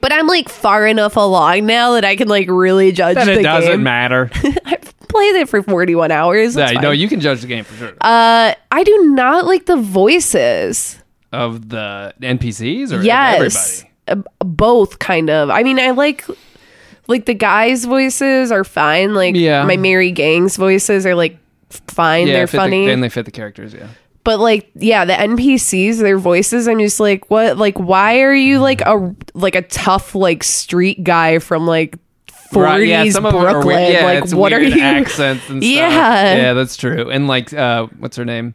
S2: but I'm like far enough along now that I can like really judge
S3: That
S2: the
S3: it doesn't
S2: game.
S3: matter.
S2: I've played it for 41 hours.
S3: yeah.
S2: That's
S3: No,
S2: fine.
S3: you can judge the game for sure.
S2: uh, I do not like the voices.
S3: of the NPCs or of
S2: yes
S3: everybody.
S2: Uh, both kind of i mean i like like the guys voices are fine like
S3: Yeah.
S2: my mary gang's voices are like fine
S3: Yeah.
S2: they're
S3: fit
S2: funny
S3: The, and they fit the characters. Yeah.
S2: but like yeah the npcs their voices i'm just like what like why are you
S3: Mm.
S2: like a like a tough like street guy from like 40s
S3: Right, yeah, some of them are
S2: brooklyn
S3: weird. Yeah,
S2: like
S3: it's
S2: what are
S3: weird
S2: you
S3: accents and stuff.
S2: Yeah.
S3: yeah, that's true. And like, uh, what's her name?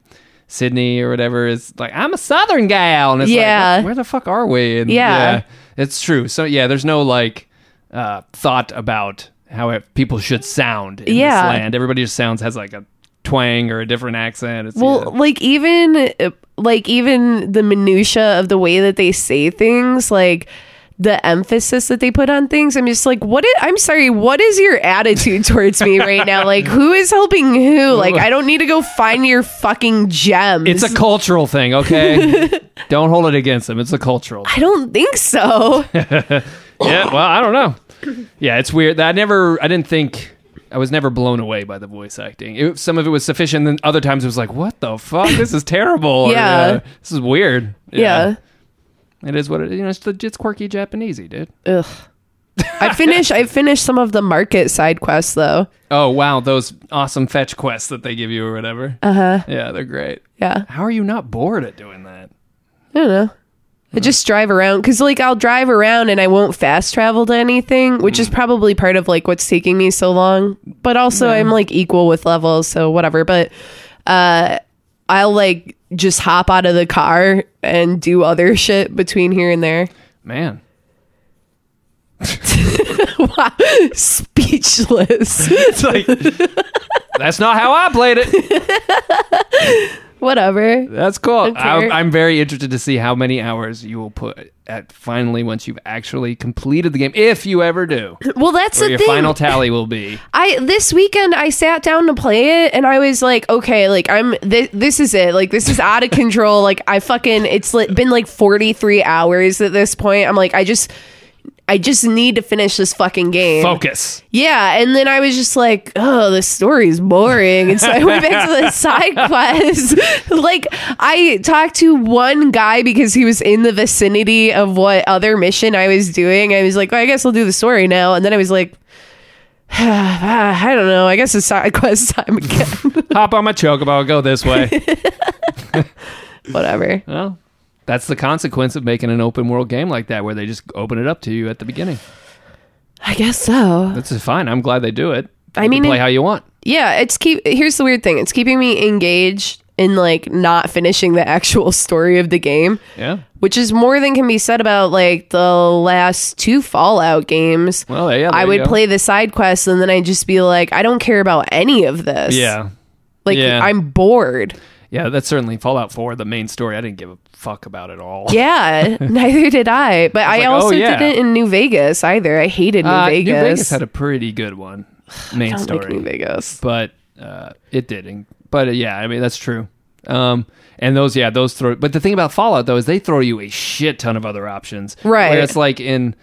S3: Sydney or whatever is like, I'm a Southern gal, and it's
S2: Yeah.
S3: like, where the fuck are we? And
S2: Yeah.
S3: it's true. So yeah, there's no like uh, thought about how it, people should sound in
S2: Yeah.
S3: this land. Everybody just sounds has like a twang or a different accent. It's,
S2: Well,
S3: yeah.
S2: like even like even the minutia of the way that they say things, like the emphasis that they put on things. I'm just like, what? i- I'm sorry. What is your attitude towards me right now? Like, who is helping who? Like, I don't need to go find your fucking gems.
S3: it's a cultural thing. Okay, don't hold it against them. It's a cultural.
S2: I don't think so.
S3: yeah. Well, I don't know. Yeah, it's weird. I never, I didn't think, I was never blown away by the voice acting. It, some of it was sufficient, and other times it was like, what the fuck? This is terrible. or,
S2: Yeah.
S3: uh, this is weird.
S2: yeah.
S3: It is what it, you know, it's, the, it's quirky Japanesey, dude.
S2: Ugh. I finished. I finished some of the market side quests though.
S3: Oh, wow. Those awesome fetch quests that they give you or whatever. Uh
S2: Uh-huh.
S3: huh. Yeah, they're great.
S2: Yeah.
S3: How are you not bored at doing that?
S2: I don't know. I just drive around because, like, I'll drive around and I won't fast travel to anything, which
S3: Mm.
S2: is probably part of like what's taking me so long. But also, I'm like equal with levels, so whatever. But uh, I'll like just hop out of the car and do other shit between here and there.
S3: Man.
S2: wow, speechless.
S3: It's like, that's not how I played it.
S2: whatever.
S3: That's cool.
S2: Okay.
S3: I, I'm very interested to see how many hours you will put at finally once you've actually completed the game, if you ever do.
S2: Well, that's
S3: Or
S2: the
S3: your
S2: thing.
S3: final tally will be.
S2: I this weekend I sat down to play it and I was like, okay, like I'm this this is it. Like this is out of control. Like I fucking it's li- been like 43 hours at this point. I'm like I just I just need to finish this fucking game.
S3: Focus.
S2: Yeah, and then I was just like, oh, this story's boring. And so I went back to the side quest. like, I talked to one guy because he was in the vicinity of what other mission I was doing. I was like, well, I guess I'll do the story now. And then I was like, ah, I don't know. I guess it's side quest time again.
S3: Hop on my chocobo, go this way.
S2: Whatever.
S3: well, that's the consequence of making an open world game like that, where they just open it up to you at the beginning.
S2: I guess so.
S3: That's fine. I'm glad they do it.
S2: I
S3: You can
S2: mean,
S3: play
S2: it-
S3: how you want.
S2: Yeah, it's keep. Here's the weird thing. It's keeping me engaged in like not finishing the actual story of the game.
S3: Yeah.
S2: which is more than can be said about like the last two Fallout games.
S3: Well, yeah. there
S2: I
S3: you
S2: would
S3: go.
S2: play the side quests and then I'd just be like, I don't care about any of this.
S3: Yeah.
S2: Like,
S3: yeah.
S2: I'm bored.
S3: Yeah, that's certainly Fallout 4, the main story. I didn't give a fuck about it all.
S2: Yeah, neither did I. But I
S3: like,
S2: also
S3: oh, yeah.
S2: didn't in New Vegas either. I hated New
S3: Uh,
S2: Vegas.
S3: New Vegas had a pretty good one. Main
S2: I don't
S3: story.
S2: like New Vegas.
S3: but uh, it didn't. But uh, yeah, I mean that's true. Um, and those, yeah, those throw. But the thing about Fallout though is they throw you a shit ton of other options.
S2: Right.
S3: Where it's like in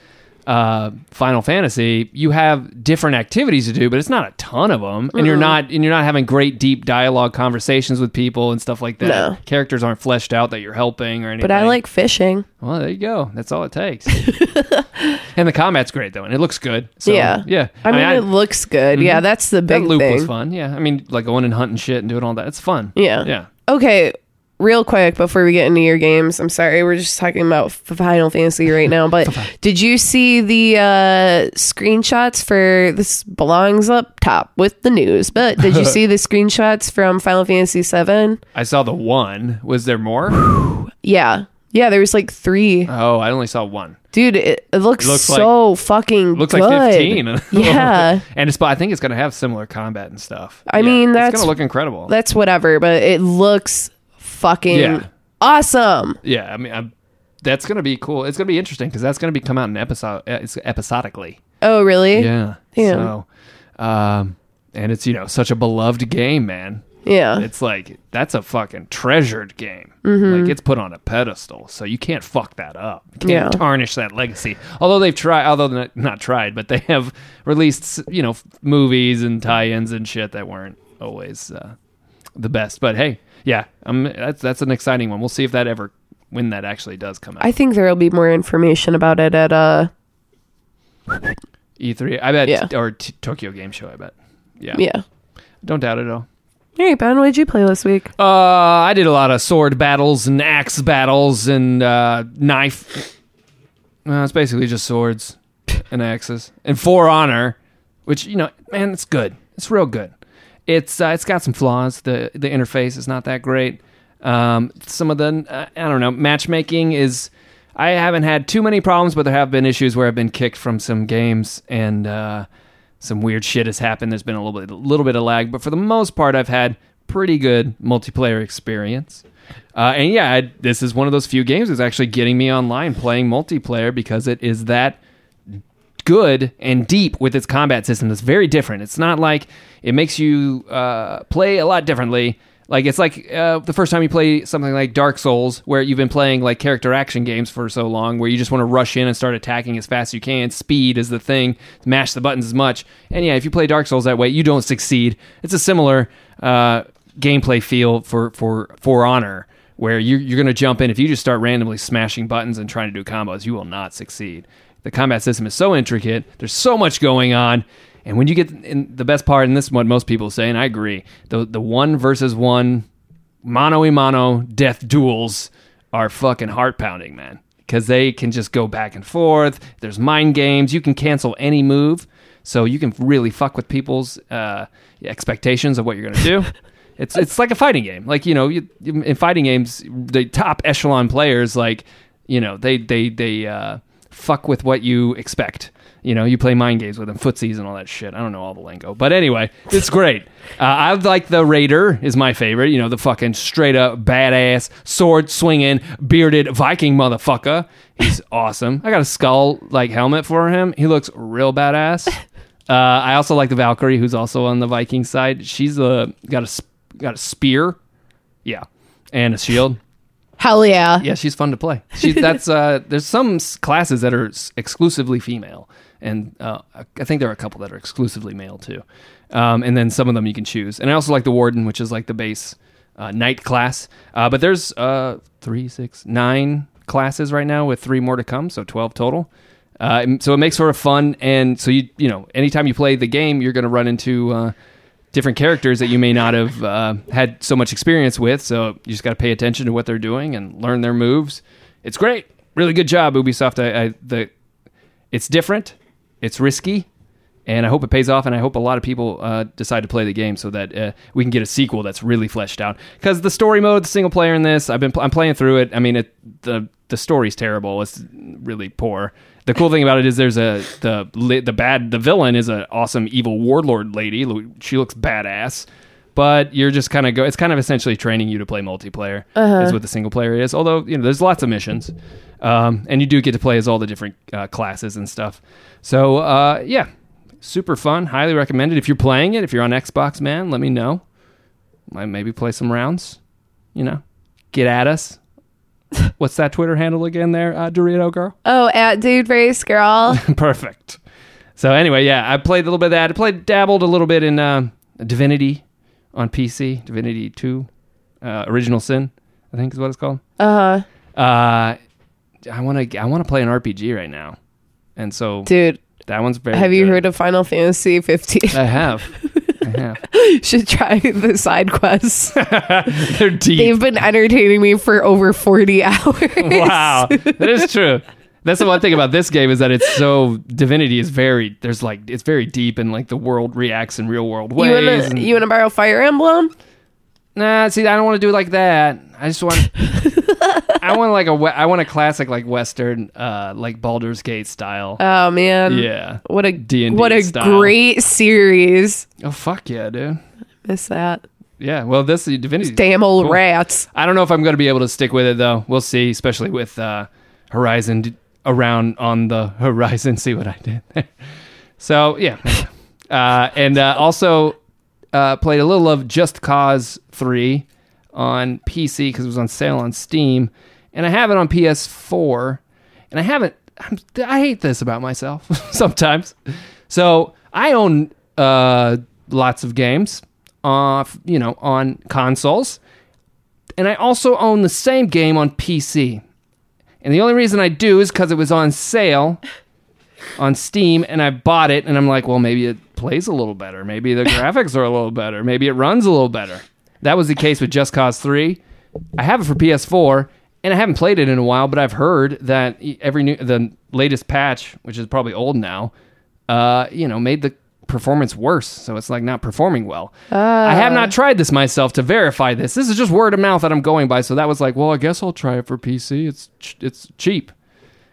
S3: uh, Final Fantasy, you have different activities to do, but it's not a ton of them, and you're not and you're not having great deep dialogue conversations with people and stuff like that.
S2: No.
S3: Characters aren't fleshed out that you're helping or anything.
S2: But I like fishing.
S3: Well, there you go. That's all it takes. and the combat's great though, and it looks good. So,
S2: yeah.
S3: Yeah.
S2: I mean,
S3: I- Mhm.
S2: it looks good. Yeah, that's the big
S3: that loop
S2: thing.
S3: was fun. Yeah, I mean, like going and hunting shit and doing all that. It's fun.
S2: Yeah.
S3: yeah.
S2: Okay, real quick before we get into your games, I'm sorry, we're just talking about F- Final Fantasy right now, but did you see the uh, screenshots for this belongs up top with the news? But did you see the screenshots from Final Fantasy VII?
S3: I saw the one. Was there more?
S2: Yeah. Yeah, there was like three.
S3: Oh, I only saw one.
S2: Dude, it, it looks,
S3: looks like-
S2: so fucking
S3: Looks
S2: good.
S3: like fifteen.
S2: Yeah.
S3: and it's. but I think it's gonna have similar combat and stuff.
S2: I mean,
S3: it's
S2: that's-
S3: gonna look incredible.
S2: That's whatever, but it looks fucking
S3: Yeah.
S2: awesome.
S3: yeah, I mean, i that's gonna be cool. It's gonna be interesting because that's gonna be come out in episode. uh, It's episodically.
S2: Oh, really?
S3: Yeah.
S2: Yeah.
S3: So, um, and it's you know such a beloved game, man.
S2: Yeah.
S3: It's like that's a fucking treasured game.
S2: Mm-hmm.
S3: Like it's put on a pedestal, so you can't fuck that up. You can't
S2: Yeah.
S3: tarnish that legacy. Although they've tried, although not, not tried, but they have released you know f- movies and tie-ins and shit that weren't always uh, the best. But hey, yeah, um, that's that's an exciting one. We'll see if that ever when that actually does come out.
S2: I think there'll be more information about it at uh
S3: E3, E I bet,
S2: Yeah.
S3: or t- Tokyo Game Show, I bet. Yeah,
S2: yeah.
S3: don't doubt it at all.
S2: Hey Ben, what did you play this week?
S3: Uh, I did a lot of sword battles and axe battles and uh, knife. Well, it's basically just swords and axes and for honor, which you know, man, it's good. It's real good. It's uh, it's got some flaws. the The interface is not that great. Um, some of the uh, I don't know matchmaking is I haven't had too many problems, but there have been issues where I've been kicked from some games and uh, some weird shit has happened. There's been a little bit a little bit of lag, but for the most part, I've had pretty good multiplayer experience. Uh, and yeah, I, this is one of those few games that's actually getting me online playing multiplayer because it is that good and deep with its combat system that's very different. It's not like it makes you uh, play a lot differently. Like it's like uh, the first time you play something like Dark Souls, where you've been playing like character action games for so long, where you just want to rush in and start attacking as fast as you can. Speed is the thing. Mash the buttons as much. And yeah, if you play Dark Souls that way, you don't succeed. It's a similar uh, gameplay feel for for For Honor, where you're, you're going to jump in. If you just start randomly smashing buttons and trying to do combos, you will not succeed. The combat system is so intricate. There's so much going on. And when you get in the best part, and this is what most people say, and I agree, the the one versus one, mano a mano death duels are fucking heart pounding, man. Because they can just go back and forth. There's mind games. You can cancel any move, so you can really fuck with people's uh, expectations of what you're gonna do. it's it's like a fighting game. Like you know, you, in fighting games, the top echelon players, like you know, they they they uh, fuck with what you expect. You know, you play mind games with them, footsies and all that shit. I don't know all the lingo, but anyway, it's great. Uh, I like the Raider is my favorite. You know, the fucking straight up badass sword swinging bearded Viking motherfucker. He's awesome. I got a skull like helmet for him. He looks real badass. Uh, I also like the Valkyrie, who's also on the Viking side. She's uh, got a sp- got a spear, yeah, and a shield.
S2: Hell yeah.
S3: Yeah, she's fun to play. She, that's uh, there's some s- classes that are s- exclusively female, and uh, I- I think there are a couple that are exclusively male too. Um, and then some of them you can choose. And I also like the warden, which is like the base uh, knight class. Uh, but there's uh, three, six, nine classes right now, with three more to come, so twelve total. Uh, and so it makes sort of fun, and so you you know, anytime you play the game, you're going to run into uh, different characters that you may not have uh, had so much experience with. So you just got to pay attention to what they're doing and learn their moves. It's great, really good job, Ubisoft. I, I the it's different, it's risky, and I hope it pays off. And I hope a lot of people uh, decide to play the game so that uh, we can get a sequel that's really fleshed out. Because the story mode, the single player in this, I've been pl- I'm playing through it. I mean, it, the the story's terrible. It's really poor. The cool thing about it is there's a the li- the bad the villain is an awesome evil warlord lady. Lo- She looks badass. But you're just kind of go. It's kind of essentially training you to play multiplayer. Is what the single player is. Although you know, there's lots of missions, um, and you do get to play as all the different uh, classes and stuff. So uh, yeah, super fun. Highly recommended. If you're playing it, if you're on Xbox, man, let me know. Might maybe play some rounds. You know, get at us. What's that Twitter handle again? There, uh, Dorito girl.
S2: Oh, at dude race girl.
S3: Perfect. So anyway, yeah, I played a little bit of that. I played dabbled a little bit in um, Divinity on PC, Divinity Two, uh, Original Sin, I think is what it's called.
S2: Uh huh.
S3: Uh, I want to I want to play an RPG right now, and so
S2: Dude,
S3: that one's very.
S2: have you
S3: good.
S2: heard of Final Fantasy 15?
S3: I have. I have.
S2: Should try the side quests.
S3: They're deep.
S2: They've been entertaining me for over 40 hours.
S3: wow that is true that's the one thing about this game is that it's so divinity is very there's like it's very deep and like the world reacts in real world ways
S2: You wanna,
S3: and-
S2: you wanna borrow Fire Emblem?
S3: nah see i don't want to do it like that i just want i want like a we- i want a classic like western uh like Baldur's gate style
S2: Oh man.
S3: yeah
S2: What a
S3: D&D
S2: what a
S3: style.
S2: great series.
S3: oh fuck yeah dude
S2: Miss that.
S3: yeah well this divinity
S2: Damn old
S3: Cool.
S2: rats.
S3: I don't know if I'm going to be able to stick with it though. We'll see, especially with uh, Horizon d- around on the horizon. See what I did. there. so yeah, uh, and uh, also uh, played a little of Just Cause Three on PC because it was on sale on Steam, and I have it on PS4, and I haven't. I'm, I hate this about myself sometimes. So I own uh, lots of games, off you know, on consoles and I also own the same game on PC. And the only reason I do is because it was on sale on Steam, and I bought it, and I'm like, well, maybe it plays a little better. Maybe the graphics are a little better. Maybe it runs a little better. That was the case with Just Cause 3. I have it for PS4, and I haven't played it in a while, but I've heard e, that every new the latest patch, which is probably old now, uh, you know, made the performance worse. So it's like not performing well. I have not tried this myself to verify this. This is just word of mouth that I'm going by. So that was like, well, I guess I'll try it for PC. It's ch- it's cheap,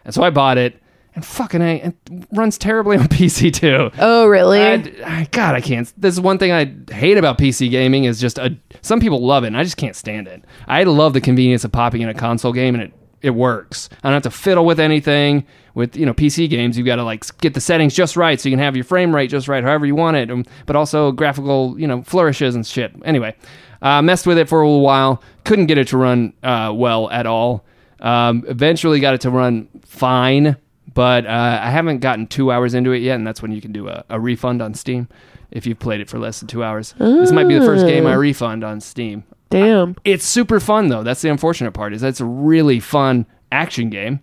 S3: and so I bought it. And fucking, I, it runs terribly on PC too.
S2: Oh, really?
S3: I, I- God, I can't. This is one thing I hate about PC gaming is just a, some people love it, and I just can't stand it. I love the convenience of popping in a console game, and it it works. I don't have to fiddle with anything. With you know PC games, you got to like get the settings just right so you can have your frame rate just right, however you want it, um, but also graphical you know flourishes and shit. Anyway, uh, messed with it for a little while, couldn't get it to run uh, well at all. Um, eventually got it to run fine, but uh, I haven't gotten two hours into it yet, and that's when you can do a, a refund on Steam if you've played it for less than two hours. This might be the first game I refund on Steam.
S2: Damn.
S3: It's super fun though. That's the unfortunate part is that's a really fun action game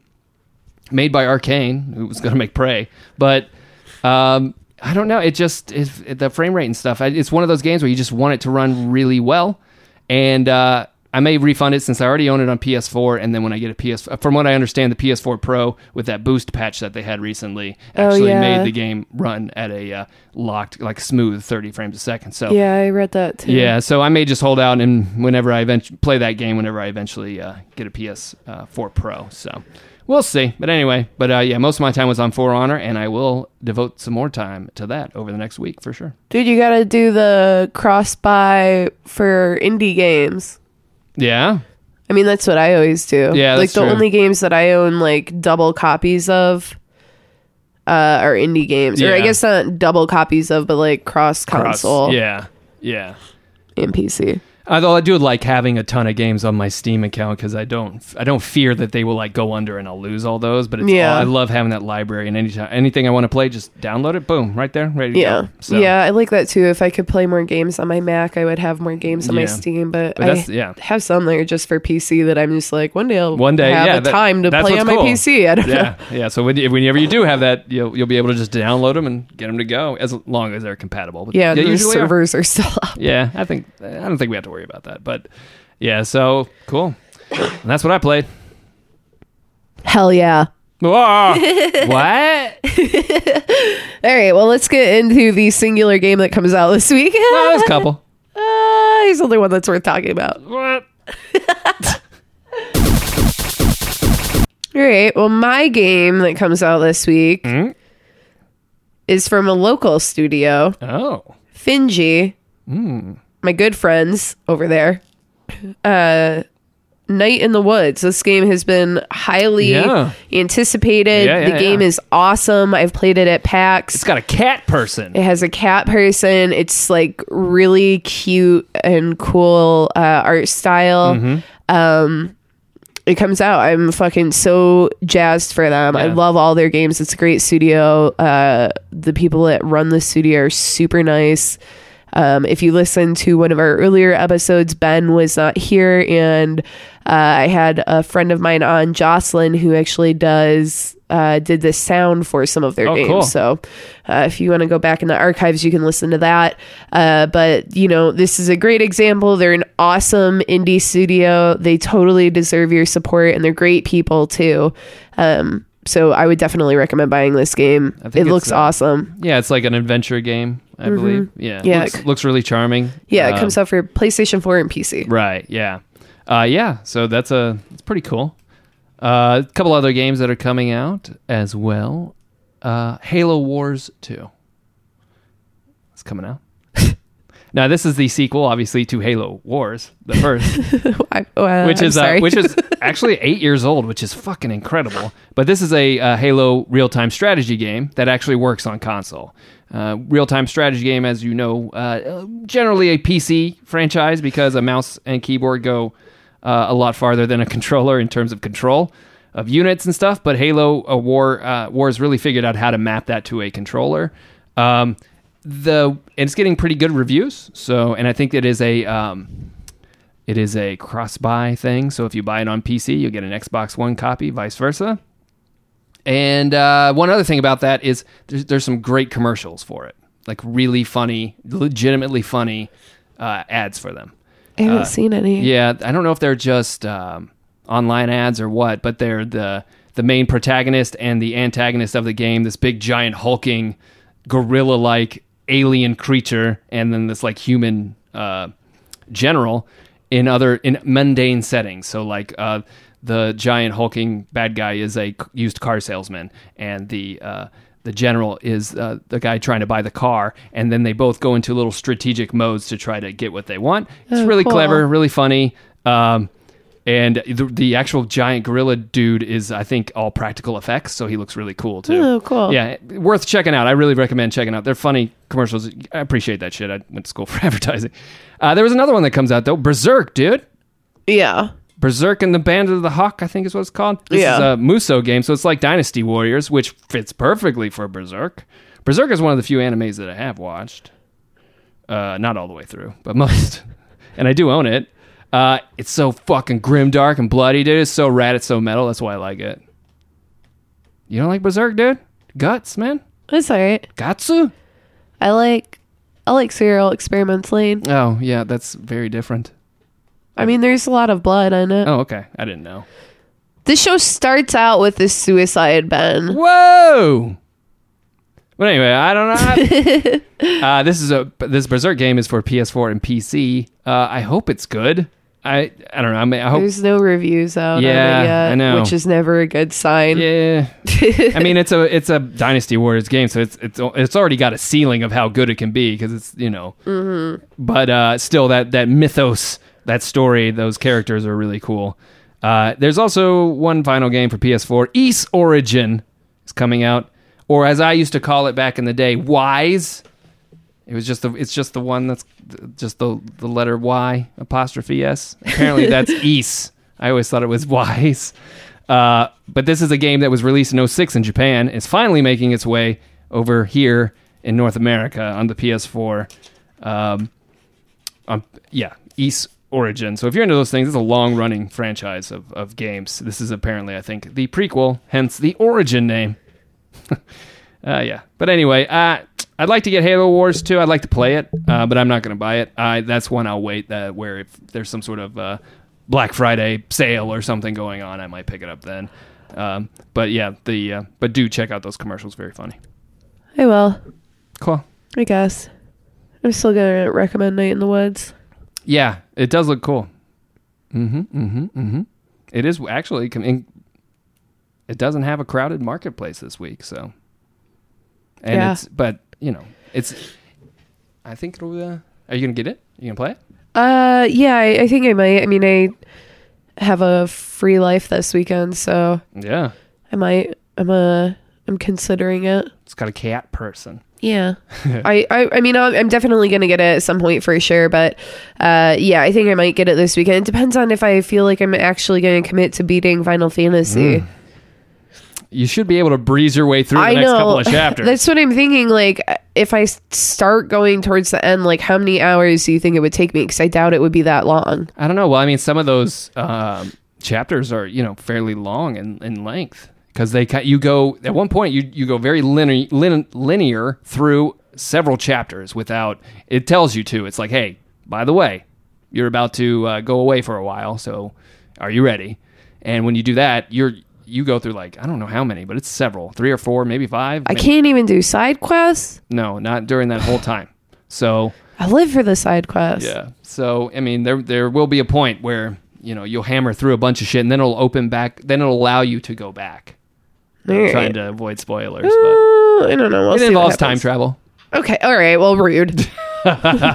S3: made by Arcane, who was going to make Prey, but um, I don't know. It just it, it- the frame rate and stuff. I- It's one of those games where you just want it to run really well, and uh, I may refund it since I already own it on PS4. And then when I get a PS, from what I understand, the PS4 Pro with that boost patch that they had recently actually
S2: yeah.
S3: made the game run at a uh, locked, like smooth 30 frames a second. So
S2: yeah, I read that too.
S3: yeah, so I may just hold out and whenever I eventually play that game, whenever I eventually uh, get a PS4 Pro. So we'll see. But anyway, but uh, yeah, most of my time was on For Honor, and I will devote some more time to that over the next week for sure.
S2: Dude, you gotta do the cross buy for indie games.
S3: Yeah,
S2: I mean, that's what I always do.
S3: Yeah,
S2: like
S3: that's
S2: the
S3: true.
S2: only games that I own like double copies of uh, are indie games, or I
S3: Yeah.
S2: guess not double copies of, but like cross console
S3: Yeah, yeah.
S2: and PC.
S3: Although I do like having a ton of games on my Steam account because I don't I don't fear that they will like go under and I'll lose all those. But it's
S2: Yeah.
S3: I love having that library and anytime anything I want to play, just download it, boom, right there, ready to
S2: Yeah,
S3: go. So,
S2: yeah, I like that too. If I could play more games on my Mac, I would have more games on my
S3: Yeah.
S2: Steam. But,
S3: But
S2: I
S3: that's- yeah.
S2: have some that are just for PC that I'm just like, one day I'll
S3: one day
S2: have
S3: yeah,
S2: a
S3: that-
S2: time to
S3: that's
S2: play
S3: what's
S2: on
S3: cool.
S2: my PC. I don't know.
S3: yeah, yeah. So when, whenever you do have that, you'll you'll be able to just download them and get them to go as long as they're compatible. But
S2: Yeah,
S3: they
S2: the
S3: usually are.
S2: servers are still up.
S3: Yeah, I think I don't think we have to worry about that. But yeah, so cool. And that's what I played.
S2: Hell yeah.
S3: Ah! what?
S2: All right, well, let's get into the singular game that comes out this week.
S3: Oh, there's a couple.
S2: Uh, he's the only one that's worth talking about.
S3: What?
S2: All right, well, my game that comes out this week
S3: Hmm?
S2: is from a local studio,
S3: Oh,
S2: Finji.
S3: Hmm.
S2: My good friends over there. Uh, Night in the Woods. This game has been highly
S3: Yeah.
S2: anticipated.
S3: Yeah, yeah,
S2: the game
S3: yeah.
S2: is awesome. I've played it at PAX.
S3: it's got a cat person.
S2: It has a cat person. It's like really cute and cool uh, art style. Um,
S3: Mm-hmm.
S2: it comes out. I'm fucking so jazzed for them. I
S3: Yeah.
S2: love all their games. It's a great studio. Uh, the people that run the studio are super nice. Um, if you listen to one of our earlier episodes, Ben was not here, and uh, I had a friend of mine on, Jocelyn, who actually does uh, did the sound for some of their
S3: Oh,
S2: games.
S3: cool.
S2: So uh, if you want to go back in the archives, you can listen to that. Uh, but you know, this is a great example. They're an awesome indie studio. They totally deserve your support, and they're great people too. Um, so I would definitely recommend buying this game. It
S3: think it's,
S2: looks
S3: uh,
S2: awesome.
S3: Yeah, it's like an adventure game, I believe. Yeah,
S2: Yeah, it c-
S3: Looks, looks really charming.
S2: Yeah, it
S3: Uh,
S2: comes out for PlayStation 4 and PC.
S3: Right. Yeah. Uh, yeah. So that's a it's pretty cool. Uh, a couple other games that are coming out as well. Uh, Halo Wars Two. It's coming out. now this is the sequel, obviously, to Halo Wars, the first,
S2: I- uh,
S3: which
S2: I'm
S3: is uh,
S2: sorry.
S3: which is actually eight years old, which is fucking incredible. But this is a uh, Halo real time strategy game that actually works on console. Uh, real time strategy game, as you know, uh, generally a PC franchise because a mouse and keyboard go uh, a lot farther than a controller in terms of control of units and stuff. But Halo uh, War uh, Wars really figured out how to map that to a controller. Um, the and it's getting pretty good reviews. So, and I think it is a um, it is a cross buy thing. So if you buy it on PC, you'll get an Xbox One copy, vice versa. And uh, one other thing about that is there's, there's some great commercials for it, like really funny, legitimately funny uh, ads for them.
S2: I haven't seen any.
S3: uh, Yeah, I don't know if they're just um, online ads or what, but they're the the main protagonist and the antagonist of the game. This big giant hulking gorilla like alien creature and then this like human uh, general in other in mundane settings. So like uh, the giant hulking bad guy is a c- used car salesman, and the uh, the general is uh, the guy trying to buy the car, and then they both go into little strategic modes to try to get what they want. It's
S2: Oh,
S3: really
S2: cool.
S3: clever, really funny. Um, and the, the actual giant gorilla dude is, I think, all practical effects, so he looks really cool too.
S2: Oh, cool.
S3: Yeah, worth checking out. I really recommend checking out. They're funny commercials. I appreciate that shit. I went to school for advertising. Uh, there was another one that comes out though, Berserk, dude.
S2: Yeah.
S3: Berserk and the Band of the Hawk, I think is what it's called. This
S2: Yeah.
S3: is a Muso game, so it's like Dynasty Warriors, which fits perfectly for Berserk. Berserk is one of the few animes that I have watched. Uh, not all the way through, but most. and I do own it. Uh, it's so fucking grim, dark, and bloody, dude. It's so rad, it's so metal. That's why I like it. You don't like Berserk, dude? Guts, man?
S2: That's all right.
S3: Gatsu?
S2: I like I like serial experiments lane.
S3: Oh, yeah, that's very different.
S2: I mean, there's a lot of blood in it.
S3: Oh, okay. I didn't know.
S2: This show starts out with this suicide Ben.
S3: Whoa! But anyway, I don't know. uh, this is a this Berserk game is for PS4 and PC. Uh, I hope it's good. I I don't know. I, mean, I hope.
S2: There's no reviews out.
S3: Oh. Yeah,
S2: on it yet,
S3: I know.
S2: which is never a good sign.
S3: yeah. I mean, it's a it's a Dynasty Warriors game, so it's it's it's already got a ceiling of how good it can be because it's you know. But uh, still, that that mythos, that story, those characters are really cool. Uh, there's also one final game for PS4, East Origin, is coming out, or as I used to call it back in the day, Wise. It was just the it's just the one that's just the the letter Y apostrophe S. Apparently that's East. I always thought it was Wise. Uh, but this is a game that was released in 06 in Japan. It's finally making its way over here in North America on the PS4. Um, um, yeah, East Origin. So if you're into those things, it's a long running franchise of, of games. This is apparently, I think, the prequel, hence the Origin name. Uh, yeah. But anyway, uh, I'd like to get Halo Wars too. I'd like to play it, uh, but I'm not going to buy it. I that's one I'll wait. Uh, where if there's some sort of uh, Black Friday sale or something going on, I might pick it up then. Um, but yeah, the uh, but do check out those commercials. Very funny.
S2: I will.
S3: Cool.
S2: I guess. I'm still gonna recommend Night in the Woods.
S3: Yeah, it does look cool. Mm-hmm. Mm-hmm. Mm-hmm. It is actually. com- in- It doesn't have a crowded marketplace this week, so. And
S2: Yeah.
S3: it's but you know it's. I think it'll. Uh, are you gonna get it? You gonna play it?
S2: Uh, yeah, I, I think I might. I mean, I have a free life this weekend, so
S3: Yeah,
S2: I might. I'm uh, I'm considering it.
S3: it's got a cat person.
S2: Yeah. I, I, I mean, I'm I'm definitely going to get it at some point for sure. But uh, yeah, I think I might get it this weekend. It depends on if I feel like I'm actually going to commit to beating Final Fantasy.
S3: You should be able to breeze your way through Mm. the
S2: I
S3: next
S2: know.
S3: couple of chapters.
S2: That's what I'm thinking. Like, if I s- start going towards the end, like, how many hours do you think it would take me? Because I doubt it would be that long.
S3: I don't know. Well, I mean, some of those um, chapters are you know fairly long in, in length because they ca- you go at one point you you go very linear lin, linear through several chapters without it tells you to. It's like, hey, by the way, you're about to uh, go away for a while, so are you ready? And when you do that, you're you go through like I don't know how many, but it's several, three or four, maybe five.
S2: I
S3: maybe-
S2: can't even do side quests.
S3: No, not during that whole time. So
S2: I live for the side quests.
S3: yeah. So I mean, there there will be a point where you know you'll hammer through a bunch of shit, and then it'll open back. Then it'll allow you to go back.
S2: All right.
S3: Trying to avoid spoilers, but
S2: Uh, I don't know. We'll
S3: it
S2: see what
S3: involves time
S2: happens.
S3: travel.
S2: Okay. All right. Well, rude. all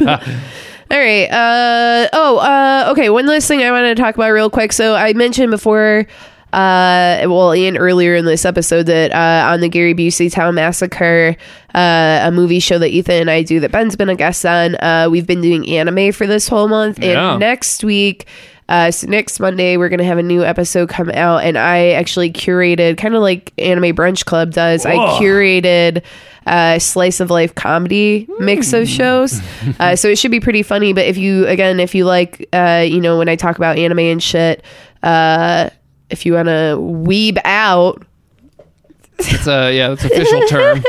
S2: right. Uh, oh, uh, okay. One last thing I wanted to talk about real quick. So I mentioned before, uh, well, and earlier in this episode that uh, on the Gary Busey Town Massacre, uh, a movie show that Ethan and I do that Ben's been a guest on, uh, we've been doing anime for this whole month.
S3: Yeah.
S2: And next week, uh, so next Monday, we're going to have a new episode come out. And I actually curated, kind of like Anime Brunch Club does, I
S1: Whoa.
S2: curated curated uh, slice of life comedy mix of shows. Uh, so it should be pretty funny. But if you, again, if you like, uh, you know, when I talk about anime and shit, uh, if you want to weeb out,
S3: It's a yeah, that's official term.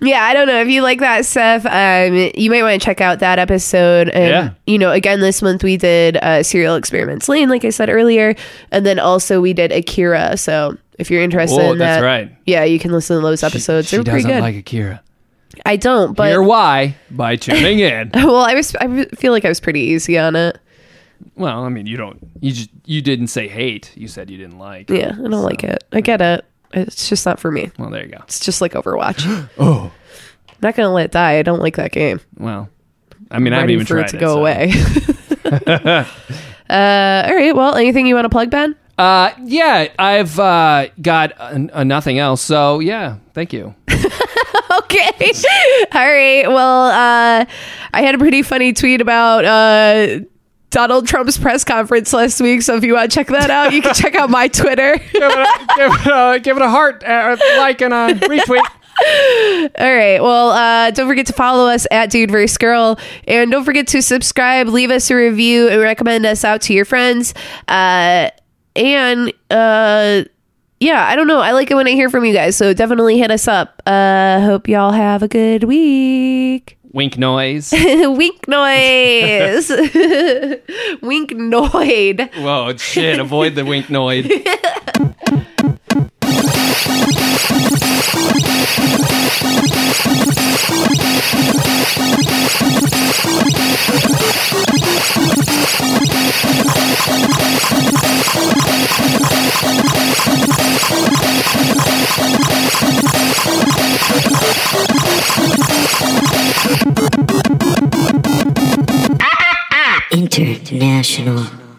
S2: yeah, I don't know. If you like that stuff, um, you might want to check out that episode. And,
S3: Yeah.
S2: You know, again, this month we did uh, Serial Experiments Lane, like I said earlier. And then also we did Akira. So if you're interested
S3: Oh,
S2: in that,
S3: that's right.
S2: yeah, you can listen to those episodes.
S3: she
S2: They're pretty
S3: doesn't
S2: good.
S3: like Akira.
S2: I don't, but
S3: Hear why by tuning in.
S2: well, I was. I re- feel like I was pretty easy on it.
S3: well, I mean, you don't. You just you didn't say hate. You said you didn't like.
S2: Yeah, I don't like it. I get it. It's just not for me.
S3: Well, there you go.
S2: It's just like Overwatch. oh, not gonna let it die. I don't like that game.
S3: Well, I mean, I haven't
S2: Ready
S3: even
S2: for
S3: tried
S2: it to go
S3: so-
S2: away. uh, all right. Well, anything you want to plug, Ben?
S3: Uh, yeah, I've uh, got a, a nothing else. So yeah, thank you.
S2: okay. All right. Well, uh, I had a pretty funny tweet about uh, Donald Trump's press conference last week. So if you want to check that out, you can check out my Twitter.
S3: give, it a, give, it a, give it a heart, uh, like, and a retweet.
S2: All right. Well, uh, don't forget to follow us at Dude vs. Girl. And don't forget to subscribe, leave us a review, and recommend us out to your friends. Uh, and uh, yeah, I don't know. I like it when I hear from you guys. So definitely hit us up. Uh, hope y'all have a good week.
S3: Wink noise.
S2: Wink noise. Wink noid.
S3: Whoa, shit! Avoid the wink noise.
S4: International.